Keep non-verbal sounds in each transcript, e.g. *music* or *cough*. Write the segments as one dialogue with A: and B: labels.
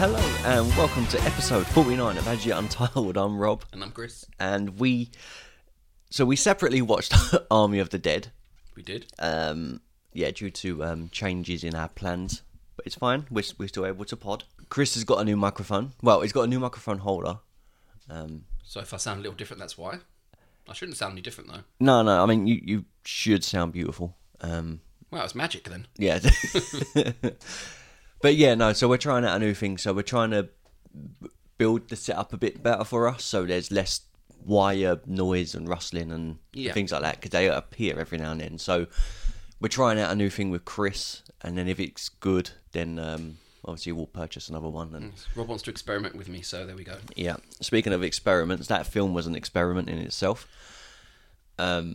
A: Hello and welcome to episode 49 of Agia Untitled. I'm Rob
B: And I'm Chris.
A: and we so we separately watched *laughs* Army of the Dead.
B: We did.
A: Um yeah, due to um changes in our plans, but it's fine. We're we're still able to pod. Chris has got a new microphone. Well, he's got a new microphone holder.
B: So if I sound a little different, that's why. I shouldn't sound any different though.
A: No, no, I mean you you should sound beautiful. Um
B: Wow, it's magic then.
A: Yeah. *laughs* but yeah, no, so we're trying out a new thing. So we're trying to b- build the setup a bit better for us so there's less wire noise and rustling and
B: Yeah.
A: things like that because they appear every now and then. So we're trying out a new thing with Chris, and then if it's good, then um, obviously we'll purchase another one. And
B: Rob wants to experiment with me, so there we go.
A: yeah, speaking of experiments, that film was an experiment in itself.
B: I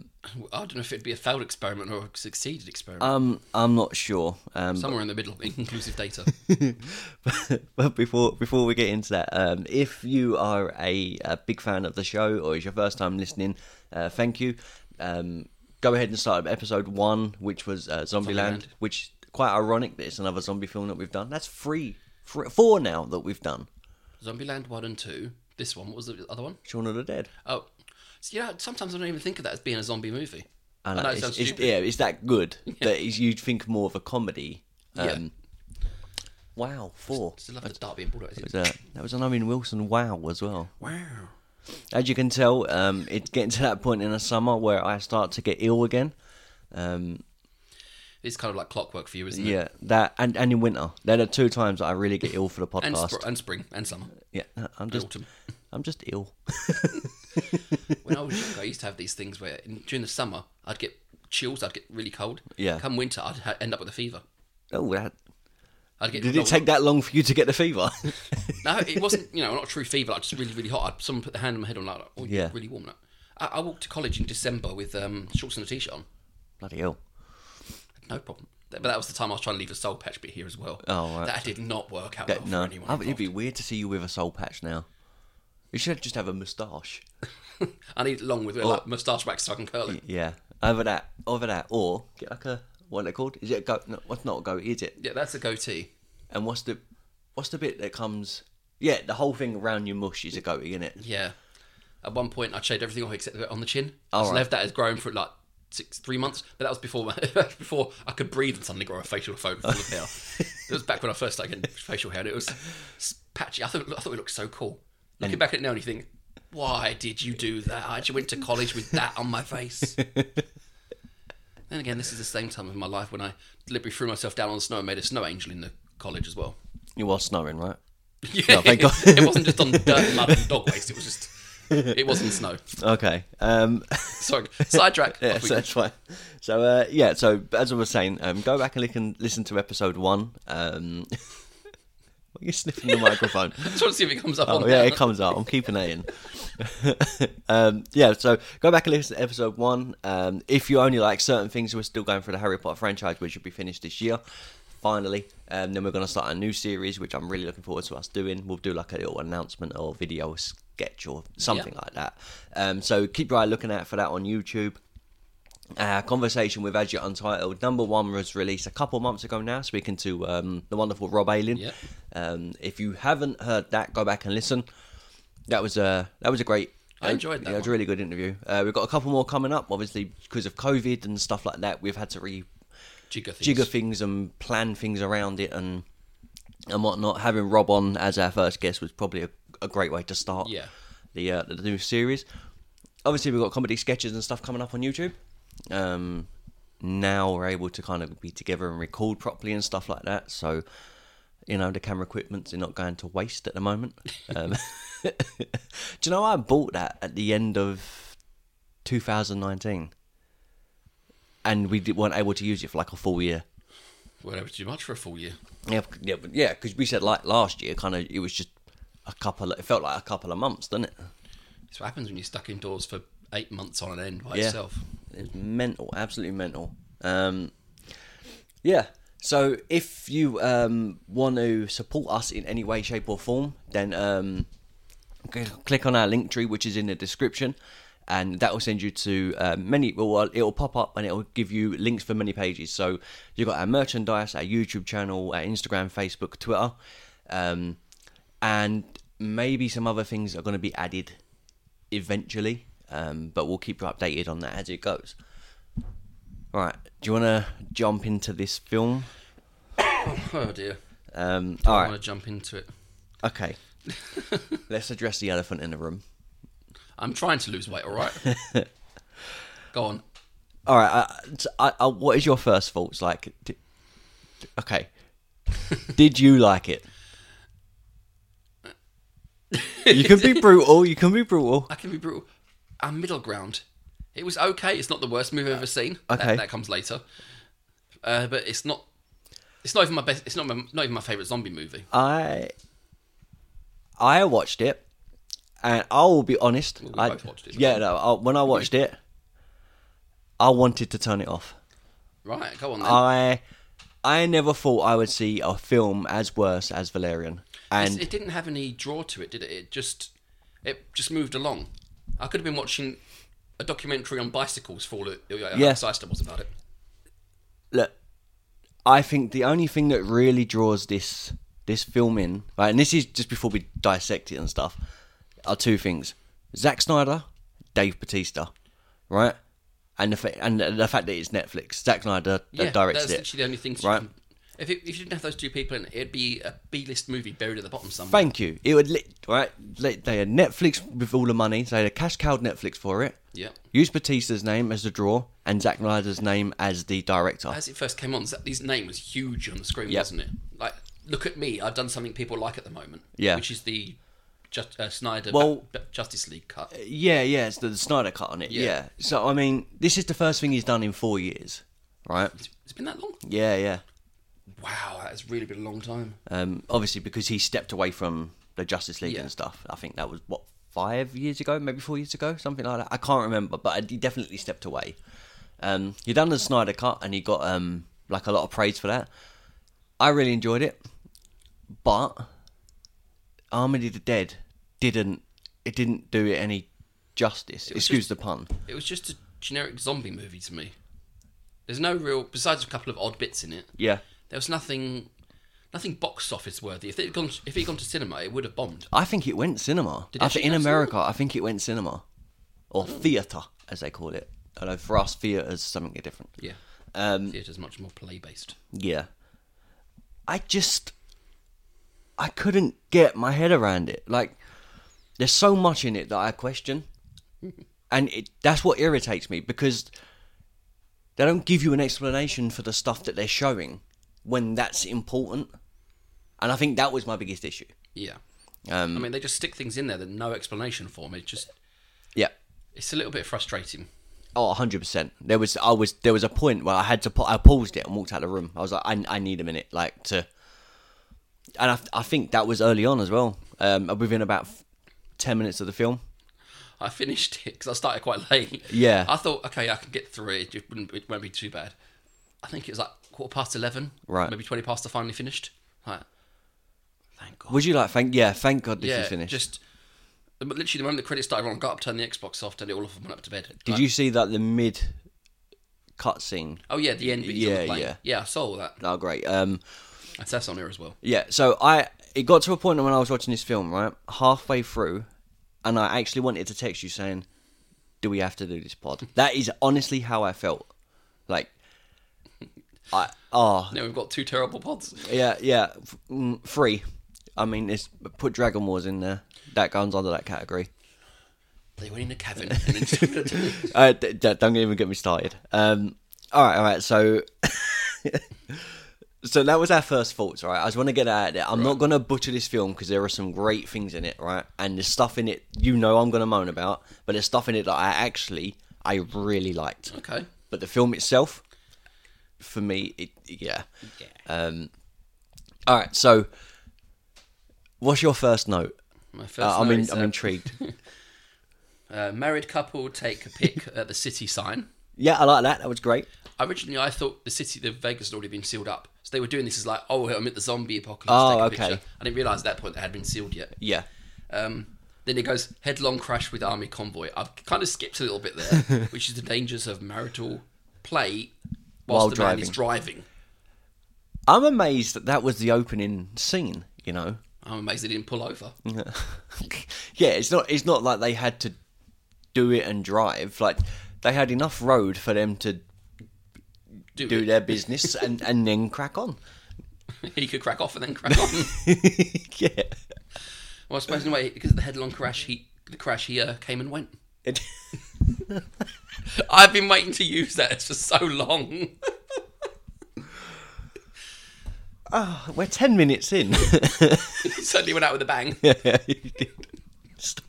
B: don't know if it'd be a failed experiment or a succeeded experiment.
A: Um, I'm not sure. Um,
B: Somewhere in the middle,
A: *laughs*
B: inconclusive data.
A: but before before we get into that, um, if you are a, a big fan of the show or is your first time listening, uh, thank you. Um, go ahead and start up episode one, which was uh, Zombieland,
B: Zombieland.
A: which quite ironic that it's another zombie film that we've done. That's three, three four now that we've done.
B: Zombieland 1 and 2. This one, what was the other one?
A: Shaun of the Dead.
B: Oh. So, you know, sometimes I don't even think of that as being a zombie movie. I know, it
A: it's,
B: sounds
A: it's-
B: stupid.
A: yeah, it's that
B: *laughs*
A: good that is, you'd think more of a comedy. Um, Wow, four.
B: Still love the dart being pulled out.
A: That was, a, that was an Owen Wilson wow as well.
B: Wow.
A: As you can tell, um, it's getting to that point in the summer where I start to get ill again. Um,
B: It's kind of like clockwork for you, isn't it?
A: yeah, that and, and in winter, they're the two times that I really get ill for the
B: And,
A: podcast.
B: spr- and spring and summer.
A: yeah, I'm just,
B: Autumn.
A: I'm just ill.
B: when I was young, I used to have these things where in, during the summer I'd get chills, I'd get really cold.
A: Yeah.
B: Come winter, I'd ha- end up with a fever.
A: Oh, that,
B: I'd get.
A: did
B: no,
A: it take that long for you to get the
B: *laughs*
A: fever?
B: No,
A: *laughs*
B: it wasn't. You know, not a true fever. Like just really, really hot. I'd, someone put their hand on my head. I'm like, oh,
A: Yeah.
B: yeah, really warm. Like, I, I walked to college in December with um, shorts and a t-shirt on.
A: Bloody ill.
B: No problem. That- But that was the time I was trying to leave a soul patch bit here as well.
A: Oh, right.
B: That did not work out well for
A: No,
B: anyone.
A: I- it'd
B: involved.
A: be weird to see you with a soul patch now. You should just have a moustache.
B: I need it long with
A: Oh.
B: like moustache wax so I can curl it.
A: Yeah, over that, over that, or get like a what are they called? Is it a go? No, what's not a go? Is it?
B: Yeah, that's a goatee.
A: And what's the what's the bit that comes? Yeah, the whole thing around your mush is a goatee, isn't it?
B: Yeah. At one point, I shaved everything off except the bit on the chin. I
A: All
B: just
A: right.
B: left that as growing for like six, three months. But that was before my, *laughs* before I could breathe and suddenly grow a facial
A: *laughs*
B: fo- full of hair. it was back when I first started getting facial hair, and it was s- patchy. I thought, I thought it looked so cool. Looking back at it now, and you think, why did you do that? I actually went to college with that on
A: *laughs*
B: my face. then again, this is the same time of my life when I deliberately threw myself down on the snow and made a snow angel in the college as well.
A: It was snowing, right?
B: Yeah,
A: thank God.
B: it wasn't just on dirt, mud, and dog waste. It was just, it wasn't snow.
A: Okay.
B: *laughs*
A: Um,
B: Sorry, sidetrack.
A: yeah,
B: Off
A: *laughs*
B: we
A: so
B: go.
A: that's fine. So uh, yeah, so as I was saying, um, go back and li- can listen to episode one. Um, *laughs* why are you sniffing the microphone?
B: I just want to see if it comes up
A: Oh
B: on
A: yeah,
B: there.
A: it comes out. I'm keeping that in. *laughs* um, yeah, so go back and listen to episode one. Um, if you only like certain things, we're still going for the Harry Potter franchise, which will be finished this year, finally. Um, then we're going to start a new series, which I'm really looking forward to us doing. We'll do like a little announcement or video or sketch or something
B: Yeah.
A: like that. Um, so keep your eye looking out for that on YouTube. Our uh, conversation with Azure Untitled number one was released a couple months ago now, speaking to um, the wonderful Rob Alien.
B: Yeah.
A: Um, if you haven't heard that, go back and listen. That was a that was a great. uh,
B: I enjoyed that
A: Yeah, it was a
B: one.
A: really good interview. Uh, we've got a couple more coming up, obviously because of COVID and stuff like that. We've had to re
B: Jigger things.
A: jigger things and plan things around it and and whatnot. Having Rob on as our first guest was probably a, a great way to start.
B: Yeah.
A: The uh, the new series. Obviously, we've got comedy sketches and stuff coming up on YouTube. Um, now we're able to kind of be together and record properly and stuff like that. So, you know, the camera equipment's not going to waste at the moment. Um, *laughs* do you know I bought that at the end of 2019, and we di- weren't able to use it for like a full year.
B: Well, that was too much for a full year.
A: Yeah, bec- yeah, but yeah, because we said like last year, kind of, it was just a couple. It felt like a couple of months, didn't it?
B: It's what happens when you're stuck indoors for eight months on an end by
A: Yeah.
B: yourself.
A: It's mental, absolutely mental. Um, yeah. So if you um, want to support us in any way, shape, or form, then um, c- click on our link tree, which is in the description, and that will send you to uh, many. Well, it will pop up and it will give you links for many pages. So you've got our merchandise, our YouTube channel, our Instagram, Facebook, Twitter. Um, and maybe some other things are going to be added eventually. Um, but we'll keep you updated on that as it goes. All right, do you want to jump into this film?
B: Oh dear.
A: Um,
B: I
A: all right,
B: want to jump into it.
A: okay. Let's address the elephant in the room.
B: I'm trying to lose weight, all right?
A: *laughs*
B: Go on.
A: All right, uh, t- I, I, what is your first thoughts like? D- d- okay, did you like it? You can be brutal. You can be brutal.
B: I can be brutal. I'm middle ground. It was okay. It's not the worst movie I've ever seen.
A: okay.
B: That, that comes later. Uh, but it's not. It's not even my best. It's not my, not even my favorite zombie movie.
A: I I watched it, and I will be honest.
B: we
A: I
B: both watched it.
A: yeah, no. I, when I watched it, I wanted to turn it off.
B: Right. Go on. Then.
A: I I never thought I would see a film as worse as Valerian,
B: It's-
A: and
B: it didn't have any draw to it, did it? It just. It just moved along. I could have been watching a documentary on bicycles for all the- yeah.
A: Yeah.
B: yeah. I was about it.
A: look, I think the only thing that really draws this this film in, right, and this is just before we dissect it and stuff, are two things: Zack Snyder, Dave Batista, right, and the fa- and the fact that it's Netflix. Zack Snyder uh,
B: Yeah,
A: directed
B: that's
A: it.
B: literally the only thing.
A: Right.
B: Right. if, it, if you didn't have those two people in it, it'd be a B-list movie buried at the bottom somewhere.
A: Thank you. It would li- right. li- They had Netflix with all the money. So they had cash cowed Netflix for it.
B: Yeah.
A: Use Batista's name as the draw and Zack Snyder's name as the director.
B: As it first came on, Z- his name was huge on the screen,
A: Yep.
B: wasn't it? Like, look at me, I've done something people like at the moment.
A: Yeah.
B: Which is the just, uh, Snyder
A: Well- uh,
B: Ba- Ba- Justice League cut.
A: Yeah, yeah, it's the, the Snyder cut on it. Yeah.
B: Yeah.
A: So I mean, this is the first thing he's done in four years, right?
B: It's- it's been that long?
A: Yeah, yeah.
B: Wow, that has really been a long time.
A: Um, obviously because he stepped away from the Justice League
B: Yeah.
A: and stuff. I think that was what five years ago, maybe four years ago, something like that. I can't remember, but he definitely stepped away. Um, he done the Snyder cut, and he got um like a lot of praise for that. I really enjoyed it, but Army of the Dead didn't. It didn't do it any justice.
B: was
A: Excuse
B: just-
A: the pun.
B: It was just a generic zombie movie to me. There's no real, besides a couple of odd bits in it,
A: Yeah.
B: there was nothing, nothing box office worthy. If it had gone, if it had gone to cinema, it would have bombed.
A: I think it went cinema.
B: Did it
A: I
B: actually
A: think in
B: go
A: America, I think it went cinema or theater as they call it. I know for us, theater is something different.
B: Yeah.
A: Um,
B: Theatre's much more play based.
A: yeah. I just, I couldn't get my head around it. Like, there's so much in it that I
B: *laughs*
A: question, and it, that's what irritates me because they don't give you an explanation for the stuff that they're showing when that's important. And I think that was my biggest issue.
B: Yeah.
A: Um,
B: I mean, they just stick things in there that no explanation for me. It just,
A: yeah.
B: it's a little bit frustrating.
A: Oh, 100 percent. There was I was there was a point where I had to pa- I paused it and walked out of the room. I was like, I, I need a minute, like to. And I, I think that was early on as well. Um, within about f- ten minutes of the film.
B: I finished it because I started quite late.
A: Yeah.
B: I thought, okay, I can get through it. It, wouldn't, it won't be too bad. I think it was like quarter past 11.
A: Right.
B: Maybe 20 past I finally finished. Like, thank God.
A: Would you like thank yeah thank God this
B: yeah,
A: is finished.
B: just but literally the moment the credits started rolling, I got up, turned the Xbox off, turned it all off, and went up to bed.
A: Did you see that the mid cut scene?
B: Oh, yeah, the end. Yeah,
A: Yeah,
B: yeah.
A: yeah.
B: Yeah, I saw all that.
A: Oh, great. Um,
B: And That's on here as well.
A: Yeah, so I it got to a point when I was watching this film, right? Halfway through, and I actually wanted to text you saying, Do we have to do this pod? That is honestly how I felt. Like I ah
B: Now we've got two terrible pods.
A: yeah, yeah. f- mm, Free. I mean it's put Dragon Wars in there. That goes under that category.
B: They went in a cavern. And then
A: uh, d- d- don't even get me started. Um, all right, all right. So, *laughs* so that was our first thoughts, right? I just want to get that out there. I'm not going to butcher this film because there are some great things in it, right? And there's stuff in it you know I'm going to moan about, but there's stuff in it that I actually I really liked.
B: okay.
A: But the film itself, for me, it *laughs* yeah.
B: Yeah.
A: Um, all right. So, what's your first note?
B: My first
A: Uh, I'm
B: note
A: in,
B: is,
A: I'm
B: uh,
A: intrigued. *laughs*
B: Uh, married couple take
A: *laughs*
B: a pic at the city sign.
A: yeah, I like that. That was great.
B: Originally, I thought the city, the Vegas, had already been sealed up. So they were doing this as like, oh, I'm at the zombie apocalypse.
A: Oh,
B: take a
A: okay.
B: Picture. I didn't realize at that point they had been sealed yet.
A: Yeah.
B: Um, then it goes headlong crash with army convoy. I've kind of skipped a little bit
A: *laughs*
B: there, which is the dangers of marital play whilst
A: While
B: the man is driving.
A: I'm amazed that that was the opening scene. You know, *laughs*
B: I'm amazed they didn't pull over.
A: yeah, it's not it's not like they had to do it and drive. Like they had enough road for them to
B: Do,
A: do
B: it.
A: their business and, and then crack on.
B: He could crack off and
A: *laughs*
B: then crack on.
A: yeah.
B: well, I suppose in a way because of the headlong crash, he the crash he uh, came and went.
A: It,
B: I've been waiting to use that for so long. *laughs*
A: we're 10 minutes in.
B: Certainly went out with a bang.
A: yeah, you did. Stop.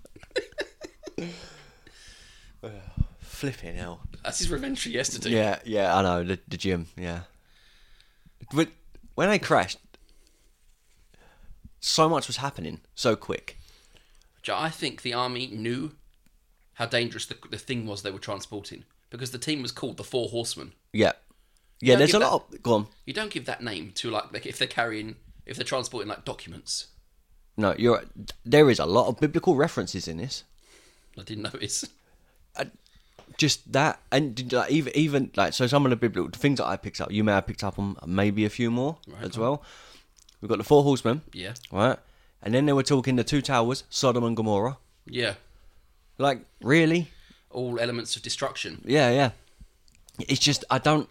A: Flipping hell.
B: That's his revenge for yesterday.
A: Yeah, yeah, I know the, the gym. Yeah, but when I crashed, so much was happening so quick.
B: Which I think the army knew how dangerous the, the thing was they were transporting because the team was called the Four Horsemen.
A: Yeah, yeah.
B: Don't
A: There's a
B: give
A: lot. Of, go on.
B: You don't give that name to like like, if they're carrying if they're transporting like documents.
A: No, you're. right. There is a lot of biblical references in this.
B: I didn't *laughs* notice.
A: Just that, and did, like, even even like so, some of the biblical the things that I picked up, you may have picked up on maybe a few more as well. We've got the four horsemen,
B: Yeah,
A: right? And then they were talking the two towers, Sodom and Gomorrah.
B: yeah.
A: Like really?
B: All elements of destruction.
A: Yeah, yeah. It's just I don't,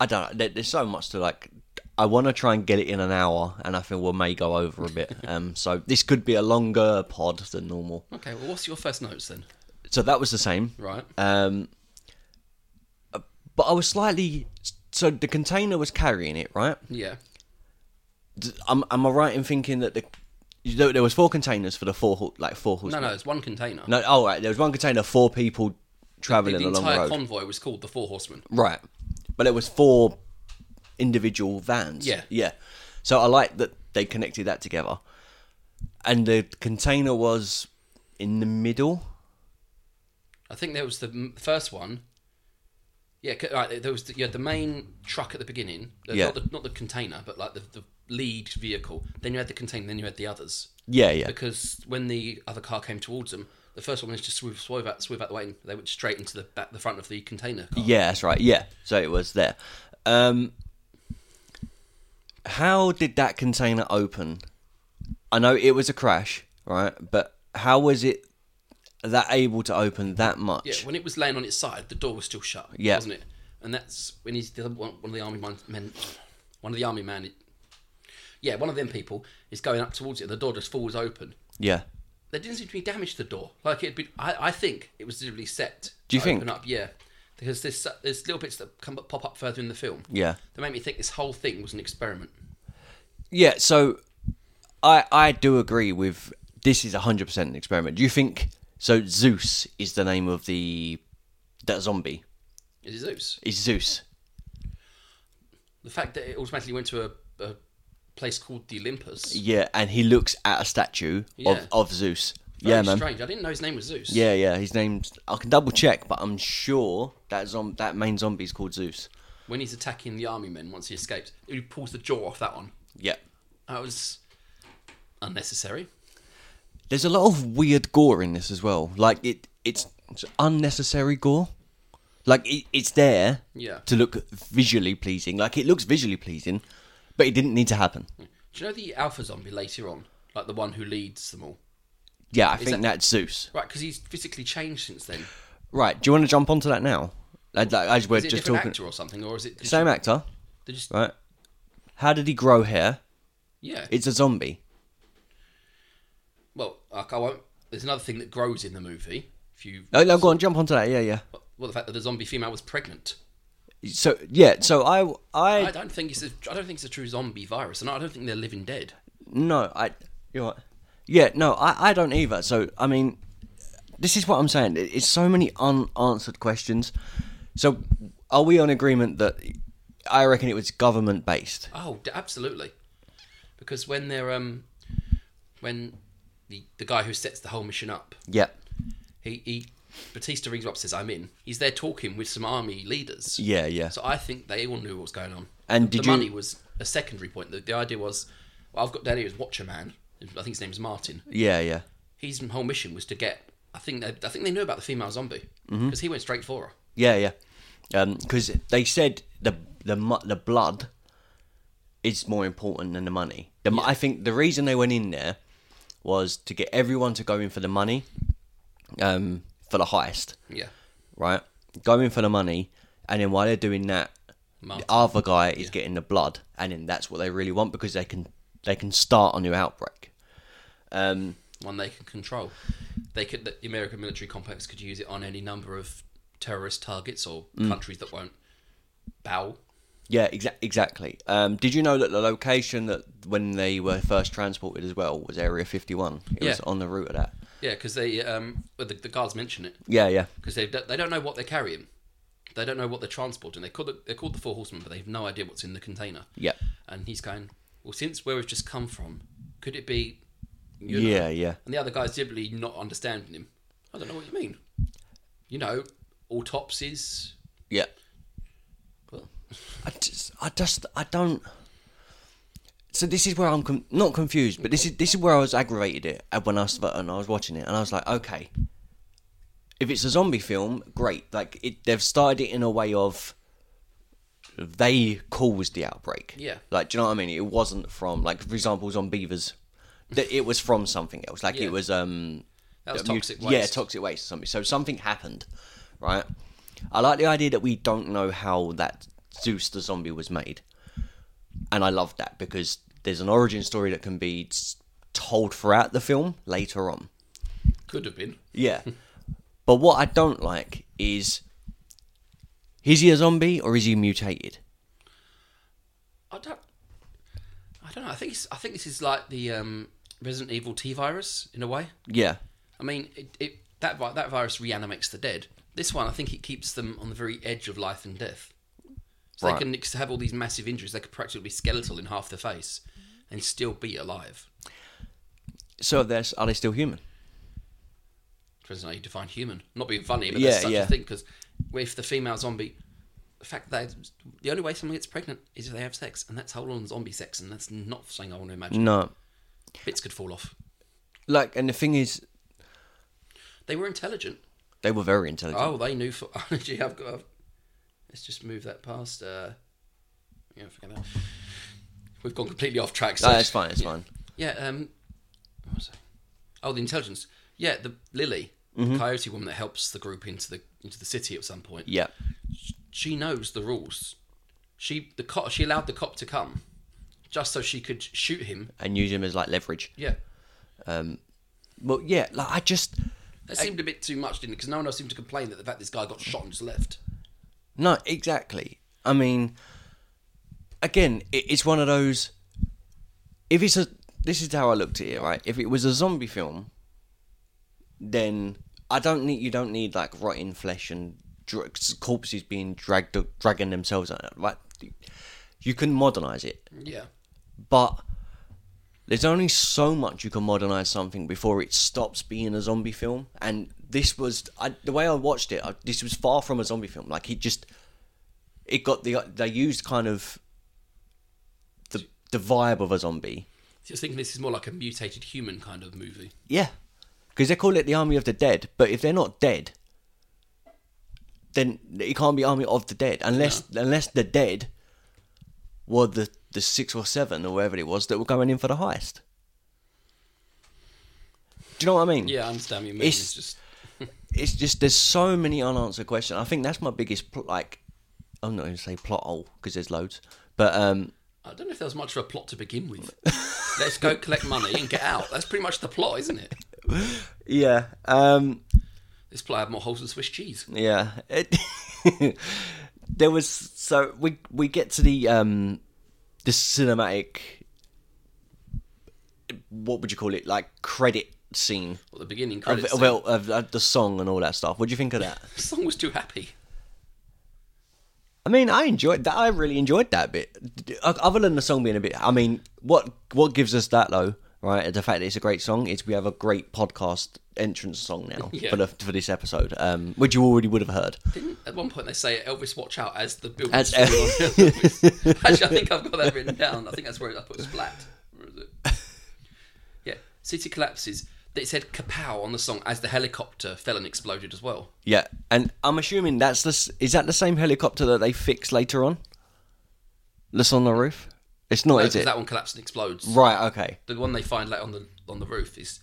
A: I don't. There, there's so much to like. I want to try and get it in an hour, and I feel we may go over a
B: *laughs*
A: bit. um, so this could be a longer pod than normal.
B: Okay, well, what's your first notes then?
A: So that was the same,
B: Right.
A: um, uh, but I was slightly. So the container was carrying it, right?
B: Yeah.
A: D- Am, am I right in thinking that the you know, there was four containers for the four hor- like four horse?
B: No, no, it's one container.
A: no. Oh, right. There was one container, four people
B: the
A: traveling
B: the
A: along the
B: entire
A: road.
B: convoy was called the Four Horsemen.
A: Right. But it was four individual vans.
B: Yeah.
A: Yeah. So I like that they connected that together. And the container was in the middle.
B: I think there was the m- first one. Yeah, c- right, there was the, yeah the main truck at the beginning. Uh,
A: Yeah.
B: Not the, not the container, but like the, the lead vehicle. Then you had the container. Then you had the others.
A: Yeah, yeah.
B: Because when the other car came towards them, the first one was just swiv, swiv out, swiv out the way, and they went straight into the back, the front of the container car.
A: Yeah, that's right. Yeah. So it was there. Um How did that container open? I know it was a crash, right? But how was it that able to open that much?
B: Yeah, when it was laying on its side, the door was still shut,
A: Yeah.
B: wasn't it? And that's when he's the, other one, one of the army man- men, one of the army man, yeah, one of them people is going up towards it. The door just falls open.
A: Yeah.
B: There didn't seem to be damage to the door. Like it'd been, I, I think it was deliberately set.
A: Do you
B: to
A: think?
B: Open up, yeah, because there's there's little bits that come pop up further in the film.
A: Yeah.
B: That make me think this whole thing was an experiment.
A: Yeah, so I I do agree with this is hundred percent an experiment. Do you think so? Zeus is the name of the that zombie
B: Is it Zeus?
A: is Zeus.
B: The fact that it automatically went to a, a place called the Olympus.
A: Yeah, and he looks at a statue
B: Yeah.
A: of of Zeus.
B: Very
A: yeah, man.
B: strange. I didn't know his name was Zeus.
A: Yeah, yeah. His name's I can double check, but I'm sure that zom- that main zombie's called Zeus.
B: when he's attacking the army men once he escapes, he pulls the jaw off that one.
A: Yeah.
B: That was unnecessary.
A: There's a lot of weird gore in this as well. Like it, it's, it's unnecessary gore. Like it, it's there
B: Yeah.
A: to look visually pleasing. Like it looks visually pleasing, but it didn't need to happen.
B: Do you know the alpha zombie later on, like the one who leads them all?
A: Yeah, I think that's Zeus.
B: Right, because he's physically changed since then.
A: Right. Do you want to jump onto that now? Like, like, as we're
B: Is it a
A: just
B: different
A: talking,
B: actor or something, or is it just,
A: same actor,
B: they just
A: right? How did he grow hair?
B: yeah?
A: It's a zombie.
B: well, like, I won't. There's another thing that grows in the movie. If you
A: Oh no, go on, jump onto that. Yeah, yeah.
B: well, the fact that the zombie female was pregnant.
A: So yeah, so I, I,
B: I don't think it's a, I don't think it's a true zombie virus, and I don't think they're living dead.
A: No, I. You're right. Yeah, no, I, I don't either. So, I mean, this is what I'm saying. It- It's so many unanswered questions. So, are we on agreement that I reckon it was government based?
B: Oh, d- absolutely. Because when they're um, when the the guy who sets the whole mission up,
A: Yeah.
B: he, he Batista rings him up, says, "I'm in." He's there talking with some army leaders.
A: Yeah, yeah.
B: So I think they all knew what was going on.
A: And
B: the
A: did you-
B: money was a secondary point. The, the idea was, well, I've got down here is Watcher Man. I think his name's Martin.
A: Yeah, yeah.
B: His whole mission was to get. I think they, I think they knew about the female zombie because
A: Mm-hmm.
B: he went straight for her.
A: Um, Yeah, yeah. Because they said the, the mu- the blood is more important than the money. The, mo- I think the reason they went in there was to get everyone to go in for the money, um, for the heist,
B: Yeah.
A: right? Go in for the money, and then while they're doing that,
B: Martin.
A: the other guy is getting the blood, and then that's what they really want because they can they can start a new outbreak. Um,
B: One they can control. They could. The American military complex could use it on any number of terrorist targets or
A: Mm.
B: countries that won't bow.
A: yeah, exa- exactly. Um, did you know that the location that when they were first transported as well was Area 51? It was
B: Yeah.
A: on the route of that.
B: Yeah, because they um, well, the, the guards mention it
A: Yeah, yeah.
B: because they don't- they don't know what they're carrying. They don't know what they're transporting. They call it, they're called the Four Horsemen, but they have no idea what's in the container.
A: Yeah.
B: And he's going, well, since where we've just come from, could it be? you know?"
A: Yeah, yeah.
B: And the other guy's simply not understanding him. I don't know what you mean. You know, autopsies.
A: Yeah.
B: Well,
A: I just, I just, I don't. So this is where I'm com- not confused, but this is this is where I was aggravated it uh, when I was and I was watching it, and I was like, okay, if it's a zombie film, great. Like it, they've started it in a way of they caused the outbreak.
B: Yeah.
A: Like, do you know what I mean? It wasn't from like, for example, Zombievers. That it was from something else. Like
B: Yeah.
A: it was um.
B: That was
A: uh, mu-
B: toxic
A: Yeah,
B: waste.
A: toxic waste or something. So something happened, right? I like the idea that we don't know how that Zeus the zombie was made and I love that because there's an origin story that can be s- told throughout the film later
B: *laughs*
A: on.
B: could have been.
A: Yeah. but what I don't like is is he a zombie or is he mutated?
B: I don't. I don't know. I think it's, I think this is like the um, Resident Evil T virus in a way.
A: Yeah.
B: I mean, it, it that vi- that virus reanimates the dead. This one, I think, it keeps them on the very edge of life and death. So
A: Right.
B: they can ex- have all these massive injuries. They could practically be skeletal in half the face and still be alive.
A: So there's are they still human?
B: Depends on how you define human. Not being funny, but
A: Yeah,
B: there's such
A: yeah.
B: a thing because if the female zombie, the fact that the only way someone gets pregnant is if they have sex, and that's whole on zombie sex, and that's not something I want to imagine.
A: No.
B: Bits could fall off.
A: Like and the thing is
B: They were intelligent.
A: they were very intelligent.
B: Oh, they knew for. *laughs* Gee, I've got. I've- let's just move that past. Uh, yeah, forget that. We've gone completely off track. So
A: No, it's fine, it's
B: yeah.
A: fine.
B: Yeah. Um. What was I? Oh, the intelligence. Yeah, the Lily,
A: Mm-hmm.
B: the coyote woman that helps the group into the into the city at some point.
A: Yeah.
B: She knows the rules. She the cop. She allowed the cop to come, just so she could shoot him.
A: And use him as like leverage.
B: Yeah.
A: Well yeah, like I just
B: That seemed a bit too much, didn't it? Because no one else seemed to complain that the fact this guy got shot and just left.
A: No, exactly. I mean, again, it, it's one of those. If it's a, this is how I looked at it, right? If it was a zombie film, then I don't need you don't need like rotting flesh and dra- corpses being dragged dragging themselves out, right? You can modernize it,
B: Yeah.
A: but there's only so much you can modernize something before it stops being a zombie film and this was I, the way i watched it I, this was far from a zombie film like it just it got the they used kind of the the vibe of a zombie
B: Just thinking this is more like a mutated human kind of movie.
A: yeah because they call it the army of the dead but if they're not dead then it can't be army of the dead unless unless the dead were the the six or seven or whatever it was that were going in for the heist do you know what i mean
B: Yeah, I understand what you mean. It's,
A: It's-
B: just
A: it's just there's so many unanswered questions. I think that's my biggest pl- like. I'm not going to say plot hole because there's loads, but um,
B: I don't know if there was much of a plot to begin with. Let's go collect money and get out. That's pretty much the plot, isn't it?
A: yeah, um,
B: This plot had more holes than Swiss cheese.
A: yeah. It, *laughs* there was so we we get to the um, the cinematic. What would you call it? Like credit scene
B: At the beginning
A: of,
B: credits.
A: of, of, of the song and all that stuff. What do you think of that?
B: the song was too happy.
A: I mean, I enjoyed that. I really enjoyed that bit. D- Other than the song being a bit, I mean, what what gives us that though, right? The fact that it's a great song is we have a great podcast entrance song now
B: Yeah.
A: for the, for this episode, um, which you already would have heard.
B: Didn't at one point they say Elvis watch out as the building
A: As- *laughs*
B: Actually, I think I've got that written down. I think that's where I put splat. Where is it? Yeah, city collapses. It said kapow on the song as the helicopter fell and exploded as well.
A: Yeah, and I'm assuming that's the s- is that the same helicopter that they fix later on? That's on the roof. It's not,
B: No,
A: Oh, is
B: 'cause
A: it?
B: that one collapses and explodes.
A: Right. Okay.
B: The one they find like on the on the roof is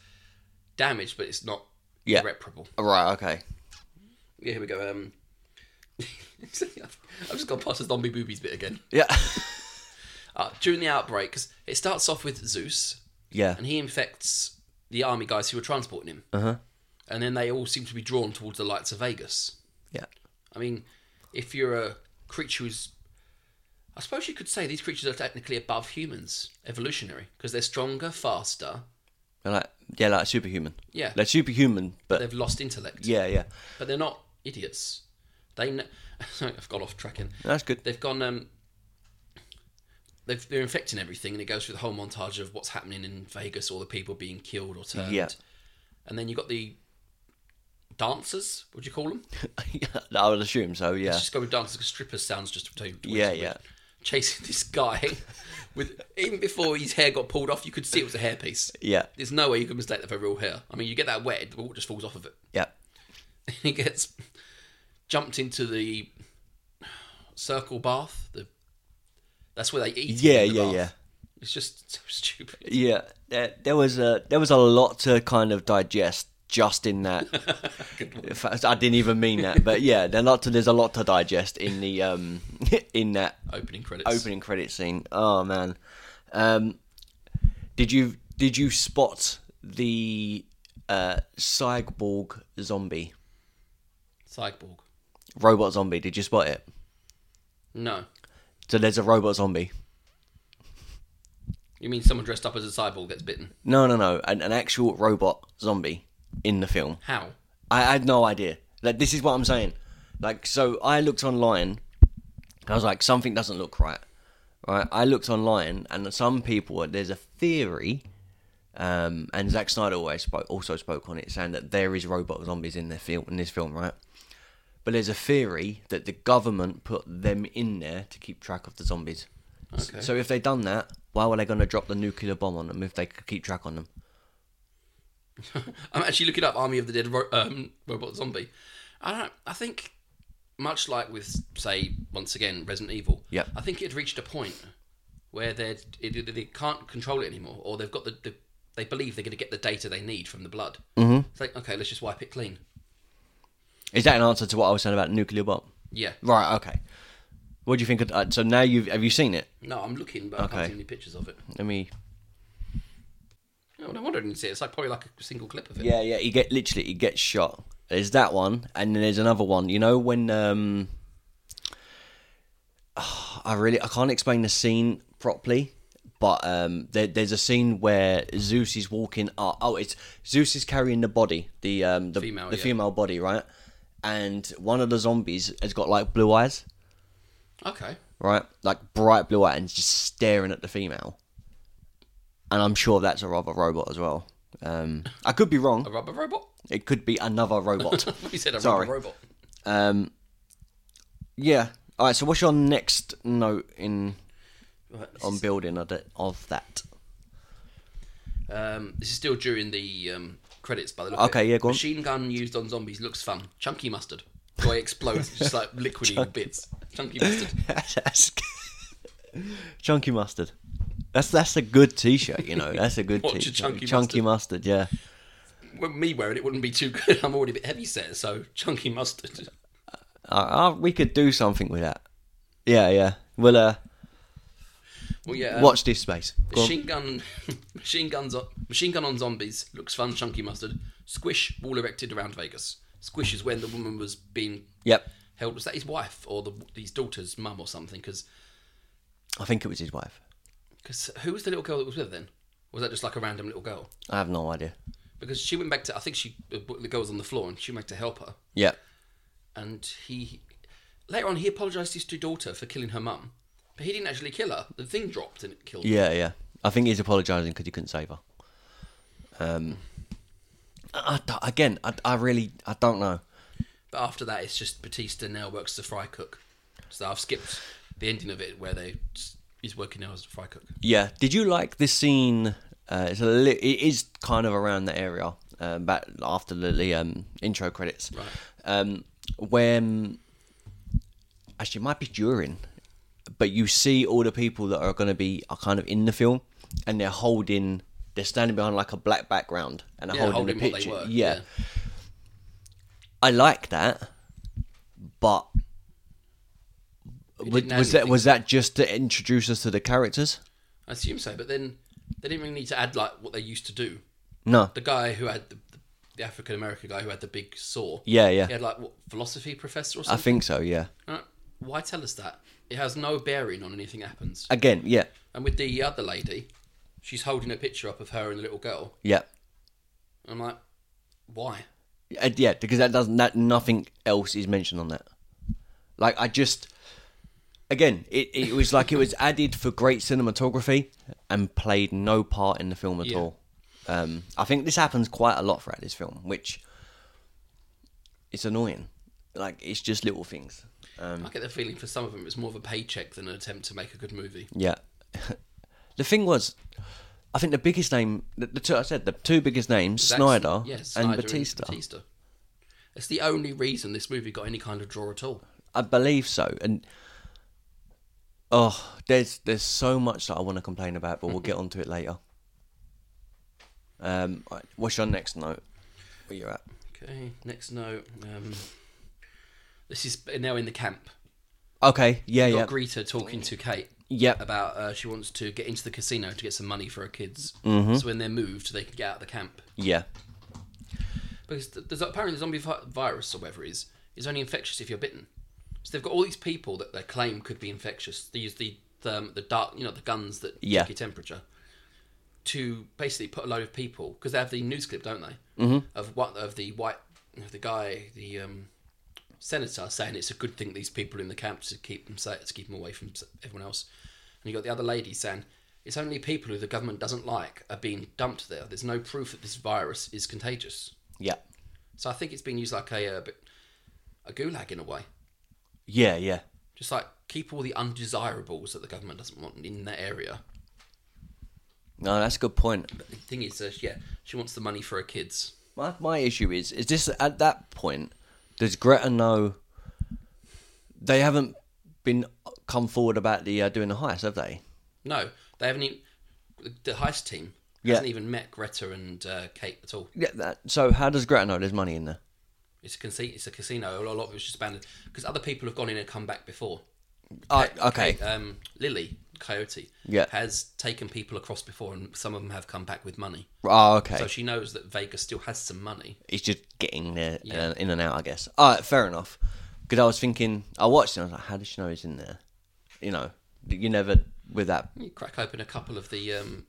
B: damaged, but it's not
A: Yeah.
B: irreparable.
A: Right. Okay.
B: Yeah, here we go. Um, *laughs* I've just gone past the zombie boobies bit again.
A: Yeah. *laughs*
B: Uh, during the outbreak, because it starts off with Zeus,
A: yeah.
B: and he infects the army guys who were transporting him. Uh-huh. And then they all seem to be drawn towards the lights of Vegas.
A: Yeah.
B: I mean, if you're a creature who's. I suppose you could say these creatures are technically above humans, evolutionary, because they're stronger, faster.
A: They're like yeah, like superhuman.
B: Yeah.
A: They're superhuman, but
B: They've lost intellect.
A: yeah, yeah.
B: But they're not idiots. They kn- *laughs* I've gone off tracking.
A: That's good. *laughs*
B: They've gone. Um, they've, they're infecting everything, and it goes through the whole montage of what's happening in Vegas, all the people being killed or turned.
A: Yeah.
B: And then you've got the dancers. What do you call them?
A: I would assume so. Yeah.
B: Let's just go with dancers because strippers sounds just too. too-
A: Yeah,
B: too-
A: yeah.
B: Chasing this guy *laughs* with even before his hair got pulled off, you could see it was a hairpiece.
A: Yeah.
B: There's no way you could mistake that for real hair. I mean, you get that wet, the water just falls off of it.
A: Yeah.
B: *laughs* he gets jumped into the circle bath. The that's where they eat.
A: Yeah,
B: in the
A: yeah,
B: bath.
A: yeah.
B: It's just *laughs* so stupid.
A: Yeah. There, there was a there was a lot to kind of digest just in that. In fact, I didn't even mean that, but yeah, there's a lot to there's a lot to digest in the um *laughs* in that
B: Opening credits.
A: opening credit scene. Oh man, um, did you did you spot the uh, cyborg zombie
B: Cyborg.
A: robot zombie? Did you spot it?
B: No,
A: So there's a robot zombie.
B: you mean someone dressed up as a cyborg gets bitten?
A: No, no, no, an, an actual robot zombie in the film.
B: How?
A: I had no idea. Like this is what I'm saying. Like so, I looked online. I was like, something doesn't look right. Right. I looked online, and some people there's a theory, um, and Zack Snyder always spoke, also spoke on it, saying that there is robot zombies in their film in this film, right? But there's a theory that the government put them in there to keep track of the zombies.
B: Okay.
A: So if they done that, why were they going to drop the nuclear bomb on them if they could keep track on them?
B: I'm actually looking up Army of the Dead ro- um, robot zombie. I don't. I think much like with say once again Resident Evil.
A: Yep.
B: I think it had reached a point where they it, they can't control it anymore, or they've got the, the they believe they're going to get the data they need from the blood. Mm-hmm. It's like okay, let's just wipe it clean.
A: Is that an answer to what I was saying about nuclear bomb?
B: Yeah.
A: Right. Okay. What do you think? Of, uh, so now you've have you seen it?
B: No, I'm looking, but I
A: Okay.
B: can't see any pictures of it.
A: Let me.
B: No, I wonder didn't see it. It's like probably like a single clip of it.
A: Yeah, yeah. He get literally he gets shot. There's that one, and then there's another one. You know when um, *sighs* I really I can't explain the scene properly, but um, there, there's a scene where Zeus is walking up. Oh, it's Zeus is carrying the body, the um, the
B: Female,
A: the
B: yeah.
A: female body, right? And one of the zombies has got like blue eyes.
B: Okay.
A: right? Like bright blue eyes and just staring at the female. And I'm sure that's a rubber robot as well. Um, I could be
B: A
A: wrong.
B: rubber robot.
A: It could be another
B: *laughs*
A: robot.
B: you said a
A: Sorry.
B: rubber robot.
A: um, yeah. All right. So, what's your next note in
B: Right, this
A: on
B: is-
A: building of that? Of that? *laughs*
B: Um, this is still during the um, credits, by the look of
A: Okay,
B: it.
A: yeah, go on.
B: Machine gun used on zombies looks fun. Chunky mustard. Guy explodes, it's just like liquidy bits. Chunky mustard.
A: That's- chunky mustard. That's that's a good T-shirt. You know, that's a good
B: Watch a
A: T-shirt.
B: chunky
A: mustard. Yeah.
B: Well, me wearing it wouldn't be too good. I'm already a bit heavy set, so chunky mustard.
A: Uh, uh, we could do something with that. Yeah, yeah. We'll uh,
B: Well, yeah. um,
A: watch this space. Go on.
B: Machine gun, *laughs* machine guns, on- machine gun on zombies looks fun. Chunky mustard. Squish wall erected around Vegas. Squish is when the woman was being
A: Yep.
B: held. Was that his wife or the, his daughter's mum or something? Because
A: I think it was his wife.
B: who was the little girl that was with her then? Or Was that just like a random little girl?
A: I have no idea.
B: because she went back to I think she the girl was on the floor and she went back to help her
A: Yeah.
B: and he later on he apologized to his daughter for killing her mum but he didn't actually kill her the thing dropped and it killed her.
A: Yeah, yeah. I think he's apologising because he couldn't save her. Um, I- I d- again, I, I really, I don't know.
B: but after that it's just Batista now works as a fry cook so I've skipped the ending of it where they he's working now as a fry cook
A: Yeah. Did you like this scene? Uh, it's a li- it is kind of around that area, uh, back after the, the um, intro credits,
B: Right.
A: um, when actually it might be during, but you see all the people that are going to be are kind of in the film, and they're holding, they're standing behind like a black background, and they're
B: Yeah,
A: holding, the
B: holding what they
A: picture.
B: were,
A: yeah.
B: yeah.
A: I like that, but was,
B: didn't add
A: was that
B: anything.
A: was that just to introduce us to the characters?
B: I assume so, but then they didn't really need to add like what they used to do.
A: No,
B: The guy who had the, the African American guy who had the big saw.
A: Yeah, yeah.
B: He had like what philosophy professor or
A: I
B: something.
A: think so. Yeah.
B: Uh, why tell us that? It has no bearing on anything that happens.
A: Again, yeah,
B: And with the other lady, she's holding a picture up of her and the little girl.
A: yeah,
B: I'm like, why?
A: Uh, yeah. Because that doesn't that nothing else is mentioned on that. Like I just, again, it, it was like it was added for great cinematography and played no part in the film at
B: Yeah.
A: all. Um, I think this happens quite a lot throughout this film, which it's annoying. Like it's just little things. Um,
B: I get the feeling for some of them it's more of a paycheck than an attempt to make a good movie.
A: Yeah. *laughs* the thing was, I think the biggest name, the, the two I said, the two biggest names,
B: Zack
A: Snyder,
B: Sn- yeah,
A: and
B: Snyder
A: Batista.
B: Batista. It's the only reason this movie got any kind of draw at all.
A: I believe so. And oh, there's there's so much that I want to complain about, but we'll get onto it later. Um, right, what's your next note? Where you at?
B: Okay, next note. Um, this is now in the camp.
A: Okay, yeah,
B: Got
A: yeah,
B: Greta talking to Kate
A: yeah,
B: about uh, she wants to get into the casino to get some money for her kids.
A: Mm-hmm.
B: So when they're moved, they can get out of the camp.
A: yeah,
B: Because th- there's apparently the zombie vi- virus or whatever it is is only infectious if you're bitten. So they've got all these people that they claim could be infectious. They use the um, the dark, you know, the guns that
A: Yeah.
B: take your temperature to basically put a load of people because they have the news clip, don't they? Mm-hmm. Of what of the white of the guy the um, senator saying it's a good thing these people are in the camp to keep them safe, to keep them away from s- everyone else, and you got the other lady saying. It's only people who the government doesn't like are being dumped there. There's no proof that this virus is contagious.
A: yeah,
B: So I think it's been used like a, a bit a gulag in a way.
A: yeah, yeah.
B: Just like keep all the undesirables that the government doesn't want in that area.
A: No, that's a good point.
B: But the thing is, uh, yeah, she wants the money for her kids.
A: My my issue is is this at that point does Greta know they haven't been come forward about the uh, doing the heist have they?
B: No, they haven't. Even, the heist team
A: Yeah.
B: hasn't even met Greta and uh, Kate at all.
A: Yeah. That, so how does Greta know there's money in there?
B: It's a casino. It's a casino. A lot of it was just abandoned because other people have gone in and come back before.
A: Uh,
B: Kate-
A: okay.
B: Kate, um, Lily Coyote
A: Yeah.
B: has taken people across before, and some of them have come back with money.
A: Oh, okay.
B: So she knows that Vegas still has some money.
A: it's just getting there uh, in and out, I guess. All right, fair enough. Because I was thinking, I watched it. and I was like, how does she know it's in there? You know, you never with that.
B: You crack open a couple of the um,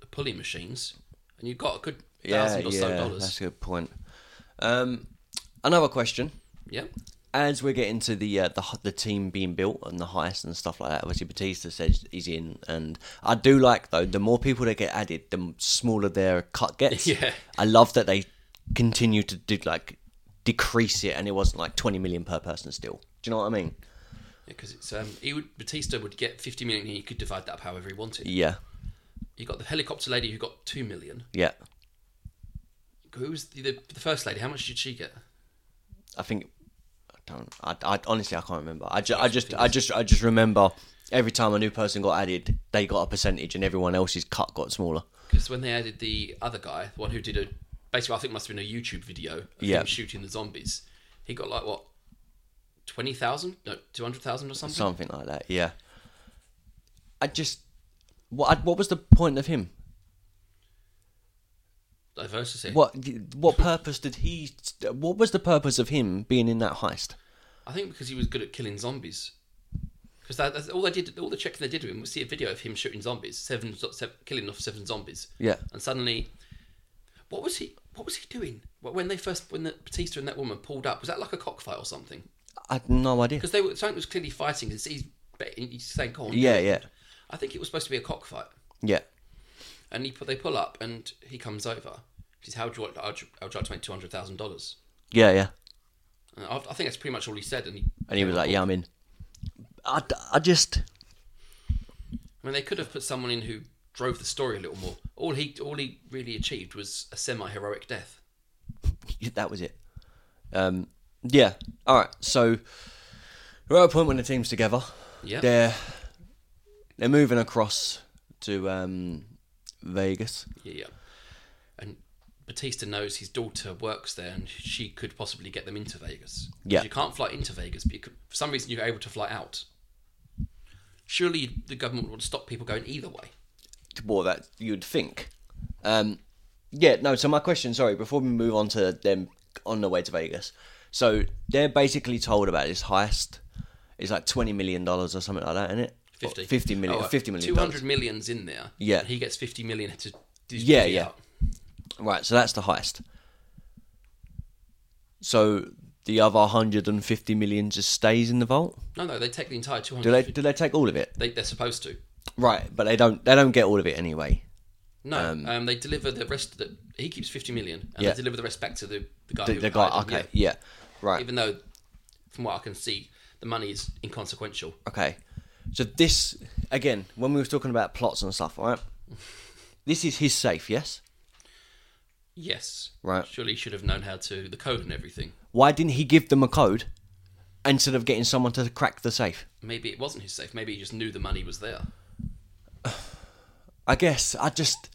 B: the pulley machines, and you've got a good
A: Yeah,
B: thousand or so
A: yeah,
B: dollars.
A: that's a good point. Um, another question.
B: Yeah,
A: As we're getting to the, uh, the h- the team being built and the heist and stuff like that, obviously Batista says he's in, and I do like though the more people that get added, the m- smaller their cut gets.
B: Yeah.
A: I love that they continue to do like decrease it, and it wasn't like twenty million per person still. Do you know what I mean?
B: because it's um, he would Batista would get fifty million, and he could divide that up however he wanted.
A: Yeah,
B: You got the helicopter lady who got two million.
A: yeah.
B: Who was the, the, the first lady? How much did she get?
A: I think I don't. I, I honestly I can't remember. I, ju- I just I just I just remember every time a new person got added, they got a percentage, and everyone else's cut got smaller.
B: Because when they added the other guy, the one who did a basically, I think must have been a YouTube video of
A: Yeah.
B: him shooting the zombies. He got like what twenty thousand, no, two hundred thousand or something.
A: something like that. Yeah. I just what I, what was the point of him?
B: Diversity.
A: What what purpose did he? What was the purpose of him being in that heist?
B: I think because he was good at killing zombies. Because that, that's all they did, all the checking they did of him was see a video of him shooting zombies, seven, zo- seven killing off seven zombies.
A: Yeah.
B: And suddenly, what was he? What was he doing? Wh- When they first, when the Batista and that woman pulled up, was that like a cockfight or something?
A: I had no idea.
B: Because they were something was clearly fighting. 'cause he's, bet- he's saying, "Go on." do
A: Yeah,
B: it."
A: yeah,
B: I think it was supposed to be a cockfight,
A: yeah,
B: and he put, they pull up, and he comes over. He says, "How would you like? I'd, I'd like to make two hundred thousand dollars."
A: yeah, yeah.
B: I I think that's pretty much all he said. And he,
A: And he was like, "Yeah, I'm in." I, I just
B: I mean, they could have put someone in who drove the story a little more. All he all he really achieved was a semi-heroic death.
A: that was it. Um, yeah. All right. So we're at a point when the team's together.
B: Yeah.
A: They're they're moving across to um, Vegas.
B: Yeah, yeah. And Batista knows his daughter works there, and she could possibly get them into Vegas. 'Cause
A: Yeah.
B: you can't fly into Vegas, but you could, for some reason you're able to fly out. Surely the government would stop people going either way.
A: Well, that you'd think. Um, yeah, no. So my question, sorry, before we move on to them on the way to Vegas, so they're basically told about this heist. It's like twenty million dollars or something like that, isn't it? Or
B: 50.
A: Fifty million.
B: Oh, uh,
A: Fifty million.
B: 200 million's in there.
A: Yeah.
B: and He gets 50 million to
A: Yeah,
B: distribute it
A: yeah.
B: out.
A: Right, so that's the heist. So the other 150 million just stays in the vault.
B: No, no, they take the entire
A: Do
B: 200.
A: they do they take all of it?
B: They, they're supposed to.
A: Right, but they don't they don't get all of it anyway.
B: No, um, they deliver the rest. The, he keeps 50 million, and
A: Yeah.
B: they deliver the rest back to the, the guy
A: The,
B: who
A: the guy
B: hired him,
A: okay,
B: yeah.
A: yeah. Right.
B: Even though, from what I can see, the money is inconsequential.
A: Okay. So this again, when we were talking about plots and stuff, right? This is his safe, yes?
B: Yes.
A: Right.
B: Surely he should have known how to the code and everything.
A: Why didn't he give them a code instead of getting someone to crack the safe?
B: Maybe it wasn't his safe. Maybe he just knew the money was there.
A: I guess I just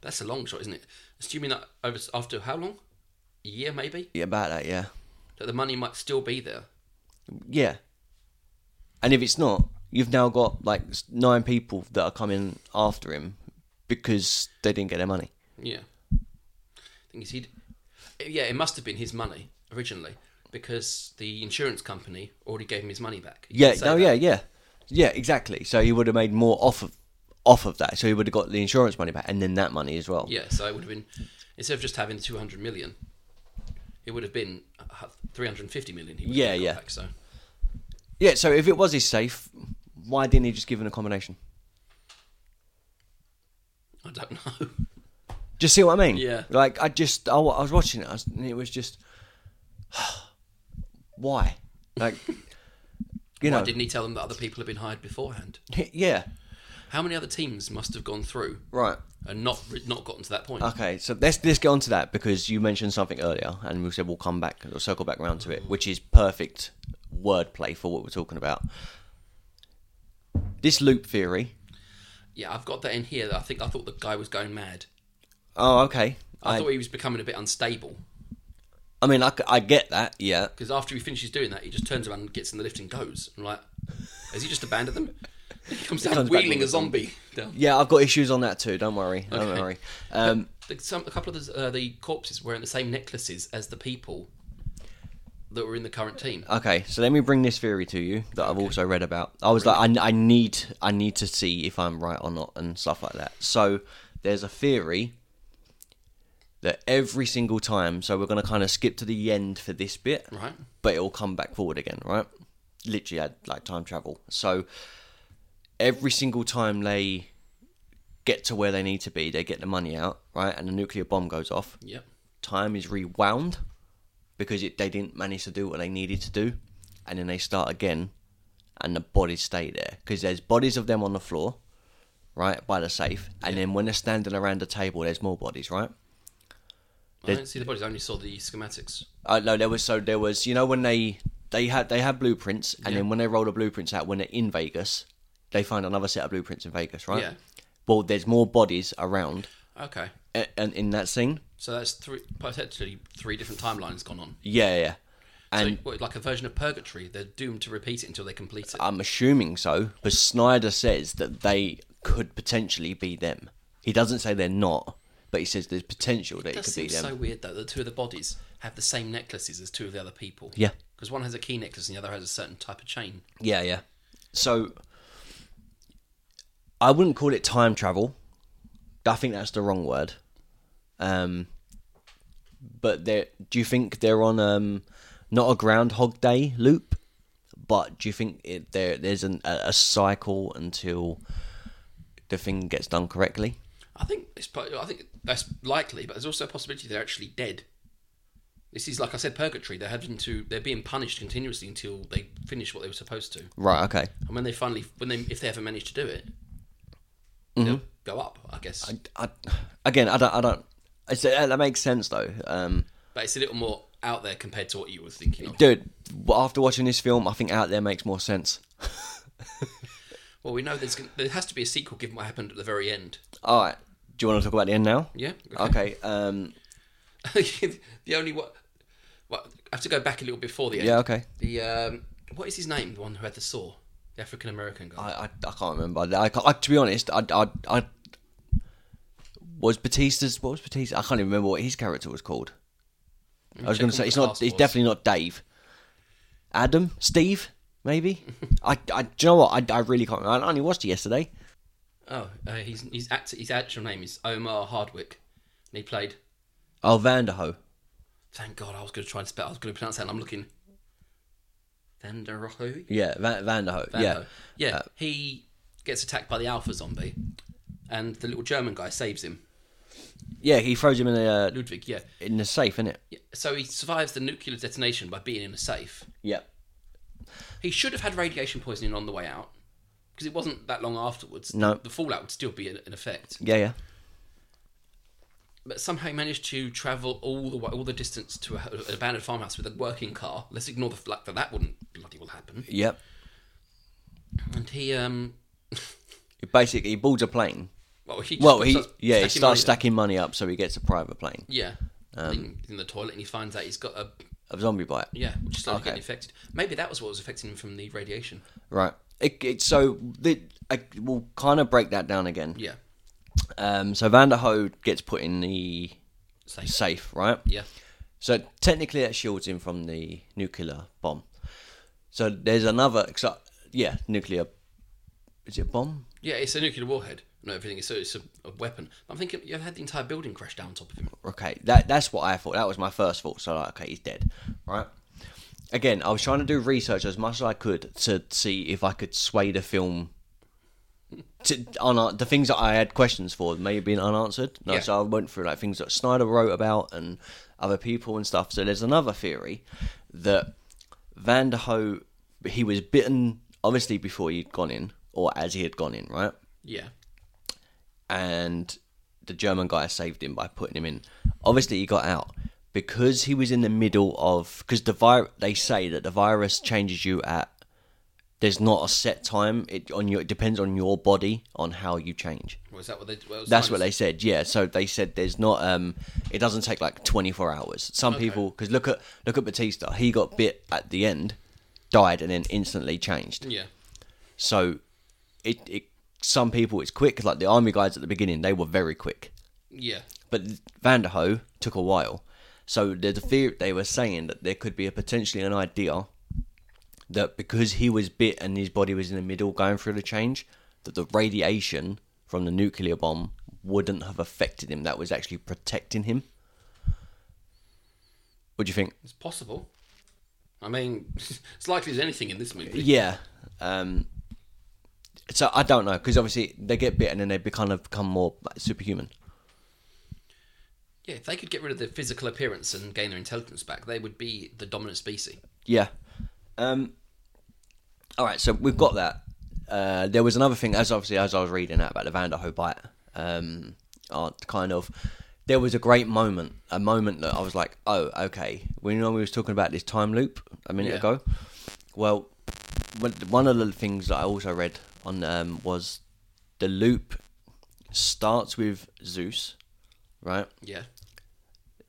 B: That's a long shot, isn't it? Assuming that over after how long? A year, maybe.
A: yeah, about that, yeah.
B: That the money might still be there.
A: Yeah. And if it's not, you've now got like s- nine people that are coming after him because they didn't get their money.
B: Yeah. Thing is, he'd. Yeah, it must have been his money originally because the insurance company already gave him his money back. You
A: Yeah,
B: could say
A: no,
B: that.
A: yeah, yeah. Yeah, exactly. So he would have made more off of off of that. So he would have got the insurance money back and then that money as well.
B: Yeah, so it would have been instead of just having two hundred million, it would have been uh, three hundred fifty million. He would
A: Yeah,
B: have got
A: yeah.
B: Back, so
A: Yeah, so if it was his safe, why didn't he just give him a combination?
B: I don't know.
A: Do you see what I mean?
B: Yeah.
A: Like I just I, wa- I was watching it I was- and it was just *sighs* why? Like you
B: Why
A: know,
B: didn't he tell them that other people had been hired beforehand?
A: *laughs* yeah.
B: How many other teams must have gone through
A: Right.
B: and not re- not gotten to that point?
A: Okay, so let's let's get on to that because you mentioned something earlier, and we said we'll come back, we'll circle back around to it, which is perfect wordplay for what we're talking about. This loop theory.
B: yeah, I've got that in here. That I think I thought the guy was going mad.
A: Oh, okay.
B: I,
A: I,
B: thought he was becoming a bit unstable
A: I mean, I, c- I get that. Yeah.
B: because after he finishes doing that, he just turns around, and gets in the lift, and goes. I'm like, has he just abandoned them? *laughs* He comes down
A: comes back
B: wheeling
A: with
B: a
A: them.
B: zombie down.
A: Yeah, I've got issues on that too. Don't worry. Don't
B: Okay.
A: worry. Um,
B: The, some, a couple of the, uh, the corpses wearing the same necklaces as the people that were in the current team.
A: okay, so let me bring this theory to you that I've also read about. I was like, I, I need I need to see if I'm right or not and stuff like that. So there's a theory that every single time. So we're going to kind of skip to the end for this bit,
B: Right.
A: But it'll come back forward again, right? Literally, had like time travel. So every single time they get to where they need to be, they get the money out, right? And a nuclear bomb goes off.
B: Yep.
A: Time is rewound because it, they didn't manage to do what they needed to do, and then they start again, and the bodies stay there because there's bodies of them on the floor, right by the safe, and then when they're standing around the table, there's more bodies, right?
B: I don't see the bodies. I only saw the schematics.
A: Uh, no, there was so there was you know when they they had they had blueprints and then when they roll the blueprints out when they're in Vegas, they find another set of blueprints in Vegas, right?
B: Yeah.
A: Well, there's more bodies around
B: Okay.
A: a- and in that scene.
B: So that's three potentially three different timelines gone on.
A: Yeah, yeah.
B: So,
A: And
B: what, like a version of purgatory, they're doomed to repeat it until they complete it.
A: I'm assuming so, but Snyder says that they could potentially be them. He doesn't say they're not, but he says there's potential that it,
B: That
A: could be
B: seems
A: them.
B: so weird though. The two of the bodies have the same necklaces as two of the other people.
A: Yeah.
B: Because one has a key necklace and the other has a certain type of chain.
A: Yeah, yeah. So I wouldn't call it time travel. I think that's the wrong word. Um, but they do you think they're on um not a Groundhog Day loop, but do you think it, there there's an, a, a cycle until the thing gets done correctly?
B: I think it's. po- I think that's likely, but there's also a possibility they're actually dead. This is like I said, purgatory. They're having to. They're being punished continuously until they finish what they were supposed to.
A: Right. Okay.
B: And when they finally, when they, if they ever manage to do it, they'll go up. I guess.
A: Mm-hmm. I, again, I don't. I don't. It's, uh, that makes sense though. Um,
B: but it's a little more out there compared to what you were thinking of.
A: dude, after watching this film, I think out there makes more sense.
B: Well, we know there's gonna, there has to be a sequel given what happened at the very end.
A: All right. Do you want to talk about the end now?
B: Yeah.
A: Okay. Um,
B: *laughs* the only what well, I have to go back a little before the end.
A: yeah. Okay.
B: The um, what is his name? The one who had the saw, the African American guy.
A: I, I, I can't remember. I, can't- I, to be honest, I, I, I was Batista's. What was Batista? I can't even remember what his character was called. I was
B: check
A: going
B: on
A: to say
B: the
A: it's not.
B: cast
A: It's
B: was.
A: definitely not Dave. Adam, Steve,
B: *laughs*
A: maybe. I, I, do you know what? I, I really can't. remember. I only watched it yesterday.
B: oh, uh, he's he's act, his actual name is Omar Hardwick, and he played.
A: Oh, Vanderho.
B: Thank God, I was going to try and spell. I was going to pronounce that, and I'm looking. Vanderhoe.
A: Yeah, Uh, Van, Vanderho. Yeah,
B: yeah. he gets attacked by the alpha zombie, and the little German guy saves him.
A: yeah. He throws him in the uh,
B: Ludwig, yeah.
A: in the safe, innit?
B: Yeah, So he survives the nuclear detonation by being in a safe.
A: Yeah.
B: He should have had radiation poisoning on the way out because it wasn't that long afterwards.
A: No.
B: The fallout would still be in, in effect.
A: Yeah, yeah.
B: But somehow he managed to travel all the way, all the distance to a, an abandoned farmhouse with a working car. Let's ignore the fact that that wouldn't bloody well happen.
A: Yep.
B: And he, um, *laughs*
A: Basically, he boards a plane.
B: well, he just
A: Well, he
B: starts
A: yeah, he
B: stacking
A: starts
B: money-
A: stacking Um, money up so he gets a private plane.
B: Yeah. in, in the toilet, and he finds out he's got a
A: A zombie bite.
B: yeah, which is slowly
A: Okay.
B: getting affected. Maybe that was what was affecting him from the radiation.
A: Right. It, it, so the, I, we'll kind of break that down again.
B: Yeah,
A: Um, so Vanderho gets put in the
B: Safe.
A: safe, right?
B: yeah,
A: So technically that shields him from the nuclear bomb. So there's another, so, yeah, nuclear. Is it a bomb?
B: yeah. It's a nuclear warhead. No, everything is so it's a, a weapon. I'm thinking you had the entire building crash down on top of him.
A: Okay, that that's what I thought. That was my first thought. So like, okay, he's dead, right? Again, I was trying to do research as much as I could to see if I could sway the film to on uh, the things that I had questions for may have been unanswered. No,
B: Yeah.
A: so I went through like things that Snyder wrote about and other people and stuff. So there's another theory that Vanderho he was bitten obviously before he'd gone in or as he had gone in, right?
B: Yeah,
A: and the German guy saved him by putting him in. Obviously, he got out because he was in the middle of because the virus. They say that the virus changes you at. There's not a set time. It on your. It depends on your body on how you change.
B: was that what they? Well, it was
A: That's what
B: minus-
A: they said. Yeah. So they said there's not. Um. It doesn't take like 24 hours. Some people because look at look at Batista. He got bit at the end, died, and then instantly changed.
B: Yeah,
A: So, it it. Some people it's quick. Like the army guys at the beginning, they were very quick
B: yeah,
A: but Vanderho took a while. So the, the theory they were saying that there could be a potentially an idea that because he was bit and his body was in the middle going through the change, that the radiation from the nuclear bomb wouldn't have affected him. That was actually protecting him. What do you think?
B: it's possible. I mean, *laughs* it's likely as anything in this movie.
A: Yeah. Um, so I don't know because obviously they get bit and then they be, kind of become more like, superhuman.
B: Yeah, if they could get rid of their physical appearance and gain their intelligence back, they would be the dominant species.
A: Yeah. Um. All right, so we've got that. Uh, there was another thing, as obviously as I was reading that about the Vanderho bite. Um, uh, kind of, there was a great moment, a moment that I was like, oh, okay. We know we was talking about this time loop a minute
B: Yeah.
A: ago. Well, one- one of the things that I also read on um, was the loop starts with Zeus, right?
B: Yeah,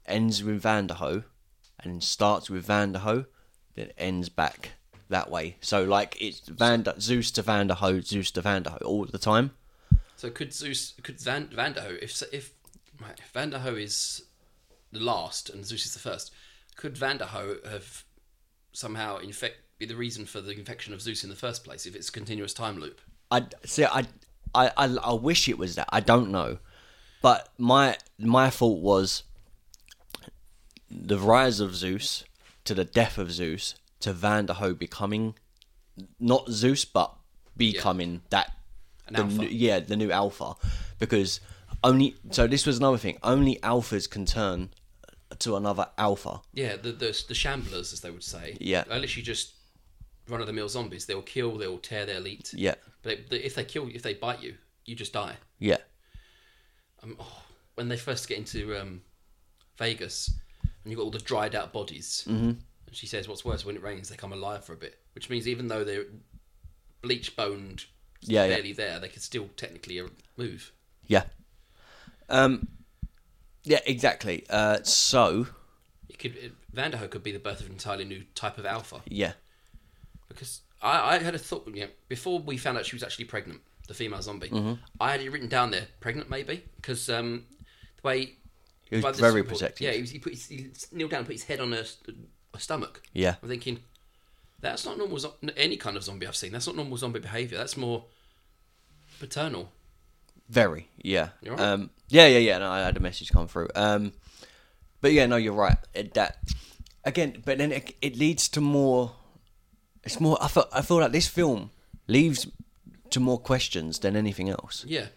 A: ends with Vanderho and starts with Vanderho, then ends back that way. So like it's Vander Zeus to Vanderho, Zeus to Vanderho all the time.
B: So could Zeus, could Van, Vanderho, if if right, if Vanderho is the last and Zeus is the first, could Vanderho have somehow infect be the reason for the infection of Zeus in the first place? If it's a continuous time loop,
A: I see. I, I I I wish it was that. I don't know, but my my thought was the rise of Zeus to the death of Zeus to Vanderho becoming not Zeus but becoming that
B: An
A: the
B: alpha.
A: new- yeah the new alpha because only so this was another thing only alphas can turn to another alpha
B: yeah, the the, the shamblers, as they would say,
A: Yeah.
B: are literally just run of the mill zombies. They'll kill, they'll tear, they'll eat.
A: yeah
B: But they, if they kill, if they bite you, you just die.
A: yeah
B: Um, oh, when they first get into um, Vegas and you've got all the dried out bodies, mm-hmm. and she says, What's worse, when it rains, they come alive for a bit, which means even though they're bleach boned,
A: Yeah, yeah.
B: barely there, they could still technically uh, move.
A: Yeah. Um. Yeah, exactly. Uh. So
B: It could it, Vanderho could be the birth of an entirely new type of alpha
A: yeah.
B: because I, I had a thought you know, before we found out she was actually pregnant, the female zombie.
A: Mm-hmm.
B: I had it written down there, pregnant maybe, because um, the way
A: He was
B: by the
A: very
B: support-
A: protective.
B: Yeah, he, was, he, put his, he kneeled down, and put his head on her, st- her stomach.
A: Yeah.
B: I'm thinking that's not normal. zo- Any kind of zombie I've seen, that's not normal zombie behavior. That's more paternal.
A: Very. Yeah.
B: You're right.
A: Um. Yeah. Yeah. Yeah. No, I had a message come through. Um. But yeah, no, you're right. It, that again, but then it, it leads to more. It's more. I feel. I feel like this film leaves to more questions than anything else.
B: Yeah.